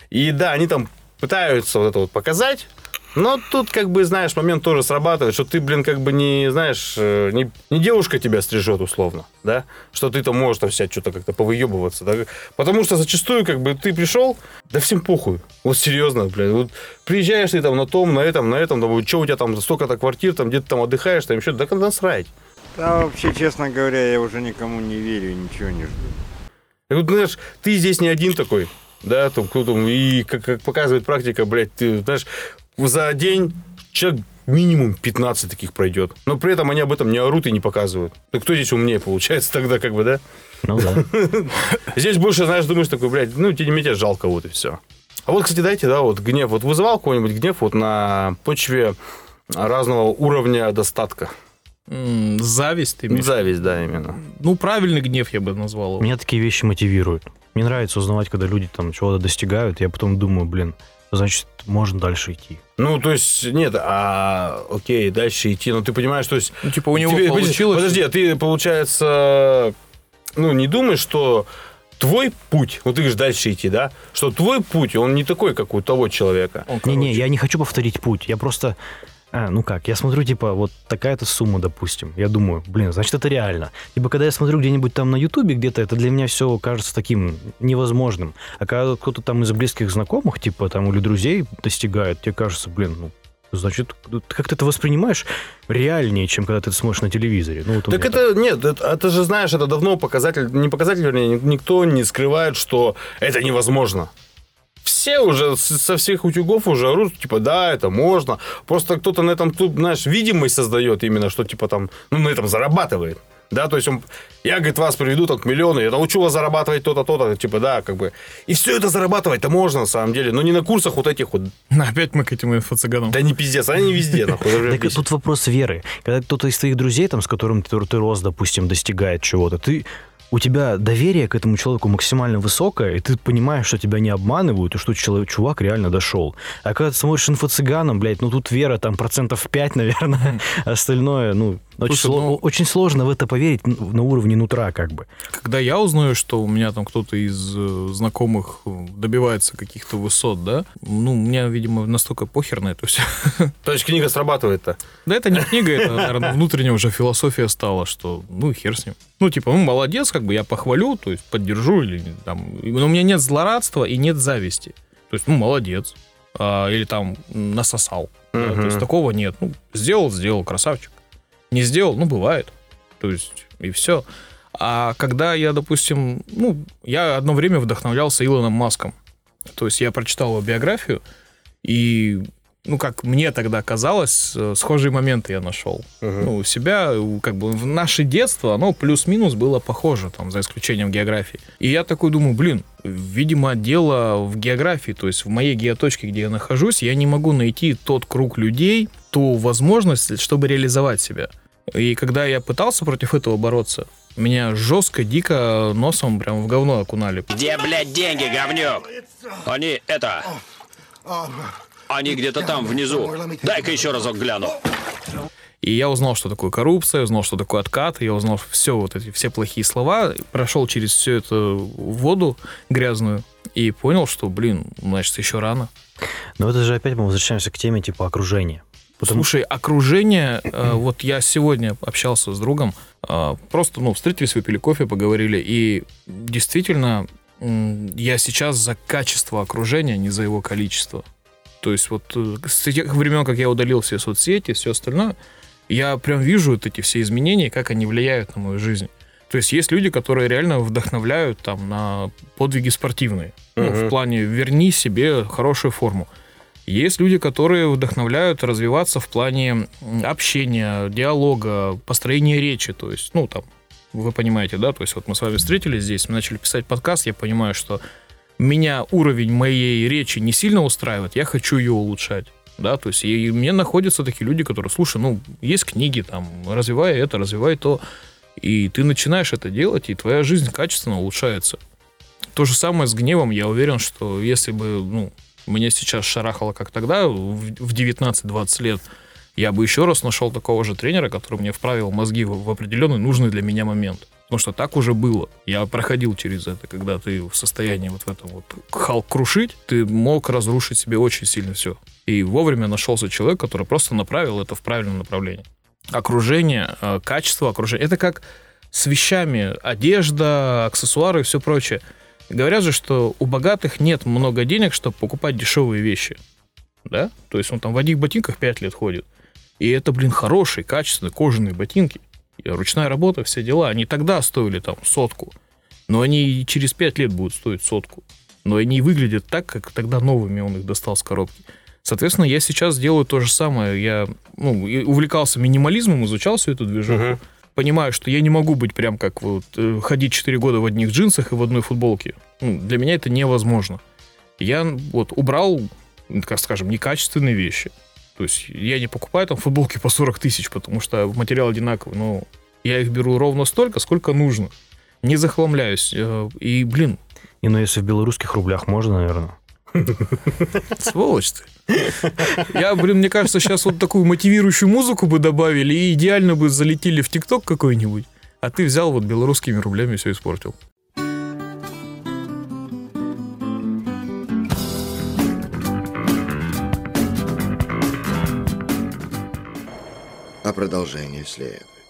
[SPEAKER 1] И да, они там пытаются вот это вот показать, но тут, как бы, знаешь, момент тоже срабатывает, что ты, блин, как бы не, знаешь, э, не, не девушка тебя стрижет условно, да? Что ты-то можешь там себя что-то как-то повыебываться, да? Потому что зачастую, как бы, ты пришел, да всем похуй. Вот серьезно, блин. Вот приезжаешь ты там на том, на этом, на этом, там, что у тебя там столько-то квартир, там где-то там отдыхаешь, там еще, да когда срать.
[SPEAKER 15] Да вообще, честно говоря, я уже никому не верю, и ничего не жду.
[SPEAKER 1] Я говорю, знаешь, ты здесь не один такой, да, там, кто там, и как, как показывает практика, блядь, ты, знаешь, за день человек минимум 15 таких пройдет. Но при этом они об этом не орут и не показывают. Так кто здесь умнее получается тогда, как бы, да?
[SPEAKER 3] Ну да.
[SPEAKER 1] Здесь больше, знаешь, думаешь такой, блядь, ну, тебе не тебя жалко, вот и все. А вот, кстати, дайте, да, вот гнев. Вот вызывал какой-нибудь гнев вот на почве разного уровня достатка?
[SPEAKER 2] М, Зависть ты имеешь?
[SPEAKER 1] Зависть, да, именно.
[SPEAKER 2] Ну, правильный гнев я бы назвал его.
[SPEAKER 3] Меня такие вещи мотивируют. Мне нравится узнавать, когда люди там чего-то достигают, я потом думаю, блин, значит, можно дальше идти.
[SPEAKER 1] Ну, то есть, нет, а окей, дальше идти. Ну, ты понимаешь, то есть...
[SPEAKER 2] Ну, типа, у него
[SPEAKER 1] тебе-
[SPEAKER 2] получилось.
[SPEAKER 1] Подожди, а ты, получается, ну, не думаешь, что твой путь, вот ты говоришь, дальше идти, да, что твой путь, он не такой, как у того человека.
[SPEAKER 3] Не-не, я не хочу повторить путь. Я просто... а, ну как, я смотрю, типа, вот такая-то сумма, допустим. Я думаю, блин, значит, это реально. Типа, когда я смотрю где-нибудь там на Ютубе где-то, это для меня все кажется таким невозможным. А когда кто-то там из близких знакомых, типа, там, или друзей достигает, тебе кажется, блин, ну, значит, ты как-то это воспринимаешь реальнее, чем когда ты это смотришь на телевизоре. Ну, вот у
[SPEAKER 1] Так
[SPEAKER 3] меня
[SPEAKER 1] это, нет, это, а ты же знаешь, это давно показатель, не показатель, вернее, ни- никто не скрывает, что это невозможно. Все уже с- со всех утюгов уже орут, типа, да, это можно. Просто кто-то на этом, тут, знаешь, видимость создает именно, что типа там, ну, на этом зарабатывает. Да, то есть он, я, говорит, вас приведу там к миллиону, я научу вас зарабатывать то-то, то-то, типа, да, как бы. И все это зарабатывать-то можно, на самом деле, но не на курсах вот этих вот.
[SPEAKER 2] Опять мы к этим инфо-цыганам.
[SPEAKER 1] Да не пиздец, они везде, нахуй. уже
[SPEAKER 3] Так тут вопрос веры. Когда кто-то из твоих друзей, там, с которым ты, ты рос, допустим, достигает чего-то, ты у тебя доверие к этому человеку максимально высокое, и ты понимаешь, что тебя не обманывают, и что человек, чувак реально дошел. А когда ты смотришь инфо-цыганом, блядь, ну тут вера там процентов 5, наверное, остальное, ну, очень,
[SPEAKER 2] Слушай,
[SPEAKER 3] сло-
[SPEAKER 2] ну-
[SPEAKER 3] очень сложно в это поверить н- на уровне нутра, как бы.
[SPEAKER 2] когда я узнаю, что у меня там кто-то из э, знакомых э, добивается каких-то высот, да, ну, у меня, видимо, настолько похер на это все.
[SPEAKER 1] То есть книга срабатывает-то?
[SPEAKER 2] Да это не книга, это, наверное, внутренняя уже философия стала, что ну, хер с ним. Ну, типа, ну, молодец, как бы я похвалю, то есть поддержу или там... и- Но у меня нет злорадства и нет зависти. То есть, ну, молодец. А, или там м, насосал. Да,
[SPEAKER 1] Мгм.
[SPEAKER 2] то есть такого нет. Ну, сделал, сделал, красавчик. Не сделал, ну, бывает. То есть, и все. А когда я, допустим, ну, я одно время вдохновлялся Илоном Маском. То есть я прочитал его биографию, и, ну, как мне тогда казалось, э, схожие моменты я нашел. Ну, у себя, у- как бы, в наше детство оно плюс-минус было похоже, там, за исключением географии. И я такой думаю, блин, видимо, дело в географии, то есть в моей геоточке, где я нахожусь, я не могу найти тот круг людей, ту возможность, чтобы реализовать себя. И когда я пытался против этого бороться, меня жестко, дико носом прям в говно окунали.
[SPEAKER 10] Где, блядь, деньги, говнюк? Они это... Они где-то там, внизу. Дай-ка еще разок гляну.
[SPEAKER 2] И я узнал, что такое коррупция, узнал, что такое откат, я узнал все вот эти все плохие слова, прошел через всю эту воду грязную и понял, что, блин, значит, еще рано.
[SPEAKER 3] Но это же опять мы возвращаемся к теме, типа, окружения.
[SPEAKER 2] Слушай, окружение, э, вот я сегодня общался с другом, э, просто, ну, встретились, выпили кофе, поговорили, и действительно, м, я сейчас за качество окружения, а не за его количество. То есть вот э, с тех времен, как я удалил все соцсети, все остальное, я прям вижу вот эти все изменения, как они влияют на мою жизнь. То есть есть люди, которые реально вдохновляют там на подвиги спортивные. Ну,
[SPEAKER 1] Мгм.
[SPEAKER 2] в плане верни себе хорошую форму. Есть люди, которые вдохновляют развиваться в плане м, общения, диалога, построения речи. То есть, ну, там, вы понимаете, да? То есть, вот мы с вами встретились здесь, мы начали писать подкаст, я понимаю, что меня уровень моей речи не сильно устраивает, я хочу ее улучшать. Да, то есть, и мне находятся такие люди, которые, слушай, ну, есть книги, там, развивай это, развивай то. И ты начинаешь это делать, и твоя жизнь качественно улучшается. То же самое с гневом. Я уверен, что если бы ну, мне сейчас шарахало, как тогда, в в 19-20 лет, я бы еще раз нашел такого же тренера, который мне вправил мозги в, в определенный нужный для меня момент. Потому что так уже было. Я проходил через это, когда ты в состоянии вот в этом вот халк крушить, ты мог разрушить себе очень сильно все. И вовремя нашелся человек, который просто направил это в правильном направлении. Окружение, э, качество окружения. Это как с вещами, одежда, аксессуары и все прочее. Говорят же, что у богатых нет много денег, чтобы покупать дешевые вещи. Да? То есть он там в одних ботинках 5 лет ходит. И это, блин, хорошие, качественные кожаные ботинки. И ручная работа, все дела. Они тогда стоили там сотку. Но они и через 5 лет будут стоить сотку. Но они и выглядят так, как тогда новыми он их достал с коробки. Соответственно, я сейчас делаю то же самое. Я ну, и увлекался минимализмом, изучал всю эту движуху. Понимаю, что я не могу быть прям как вот э, ходить 4 года в одних джинсах и в одной футболке. Ну, для меня это невозможно. Я вот убрал, ну, как скажем, некачественные вещи. То есть я не покупаю там футболки по 40 тысяч, потому что материал одинаковый, но я их беру ровно столько, сколько нужно. Не захламляюсь. э, И, блин,
[SPEAKER 3] Не, ну если в белорусских рублях можно, наверное.
[SPEAKER 2] Сволочь ты. Я, блин, мне кажется, сейчас вот такую мотивирующую музыку бы добавили и идеально бы залетели в ТикТок какой-нибудь. А ты взял вот белорусскими рублями все испортил.
[SPEAKER 9] А продолжение следует.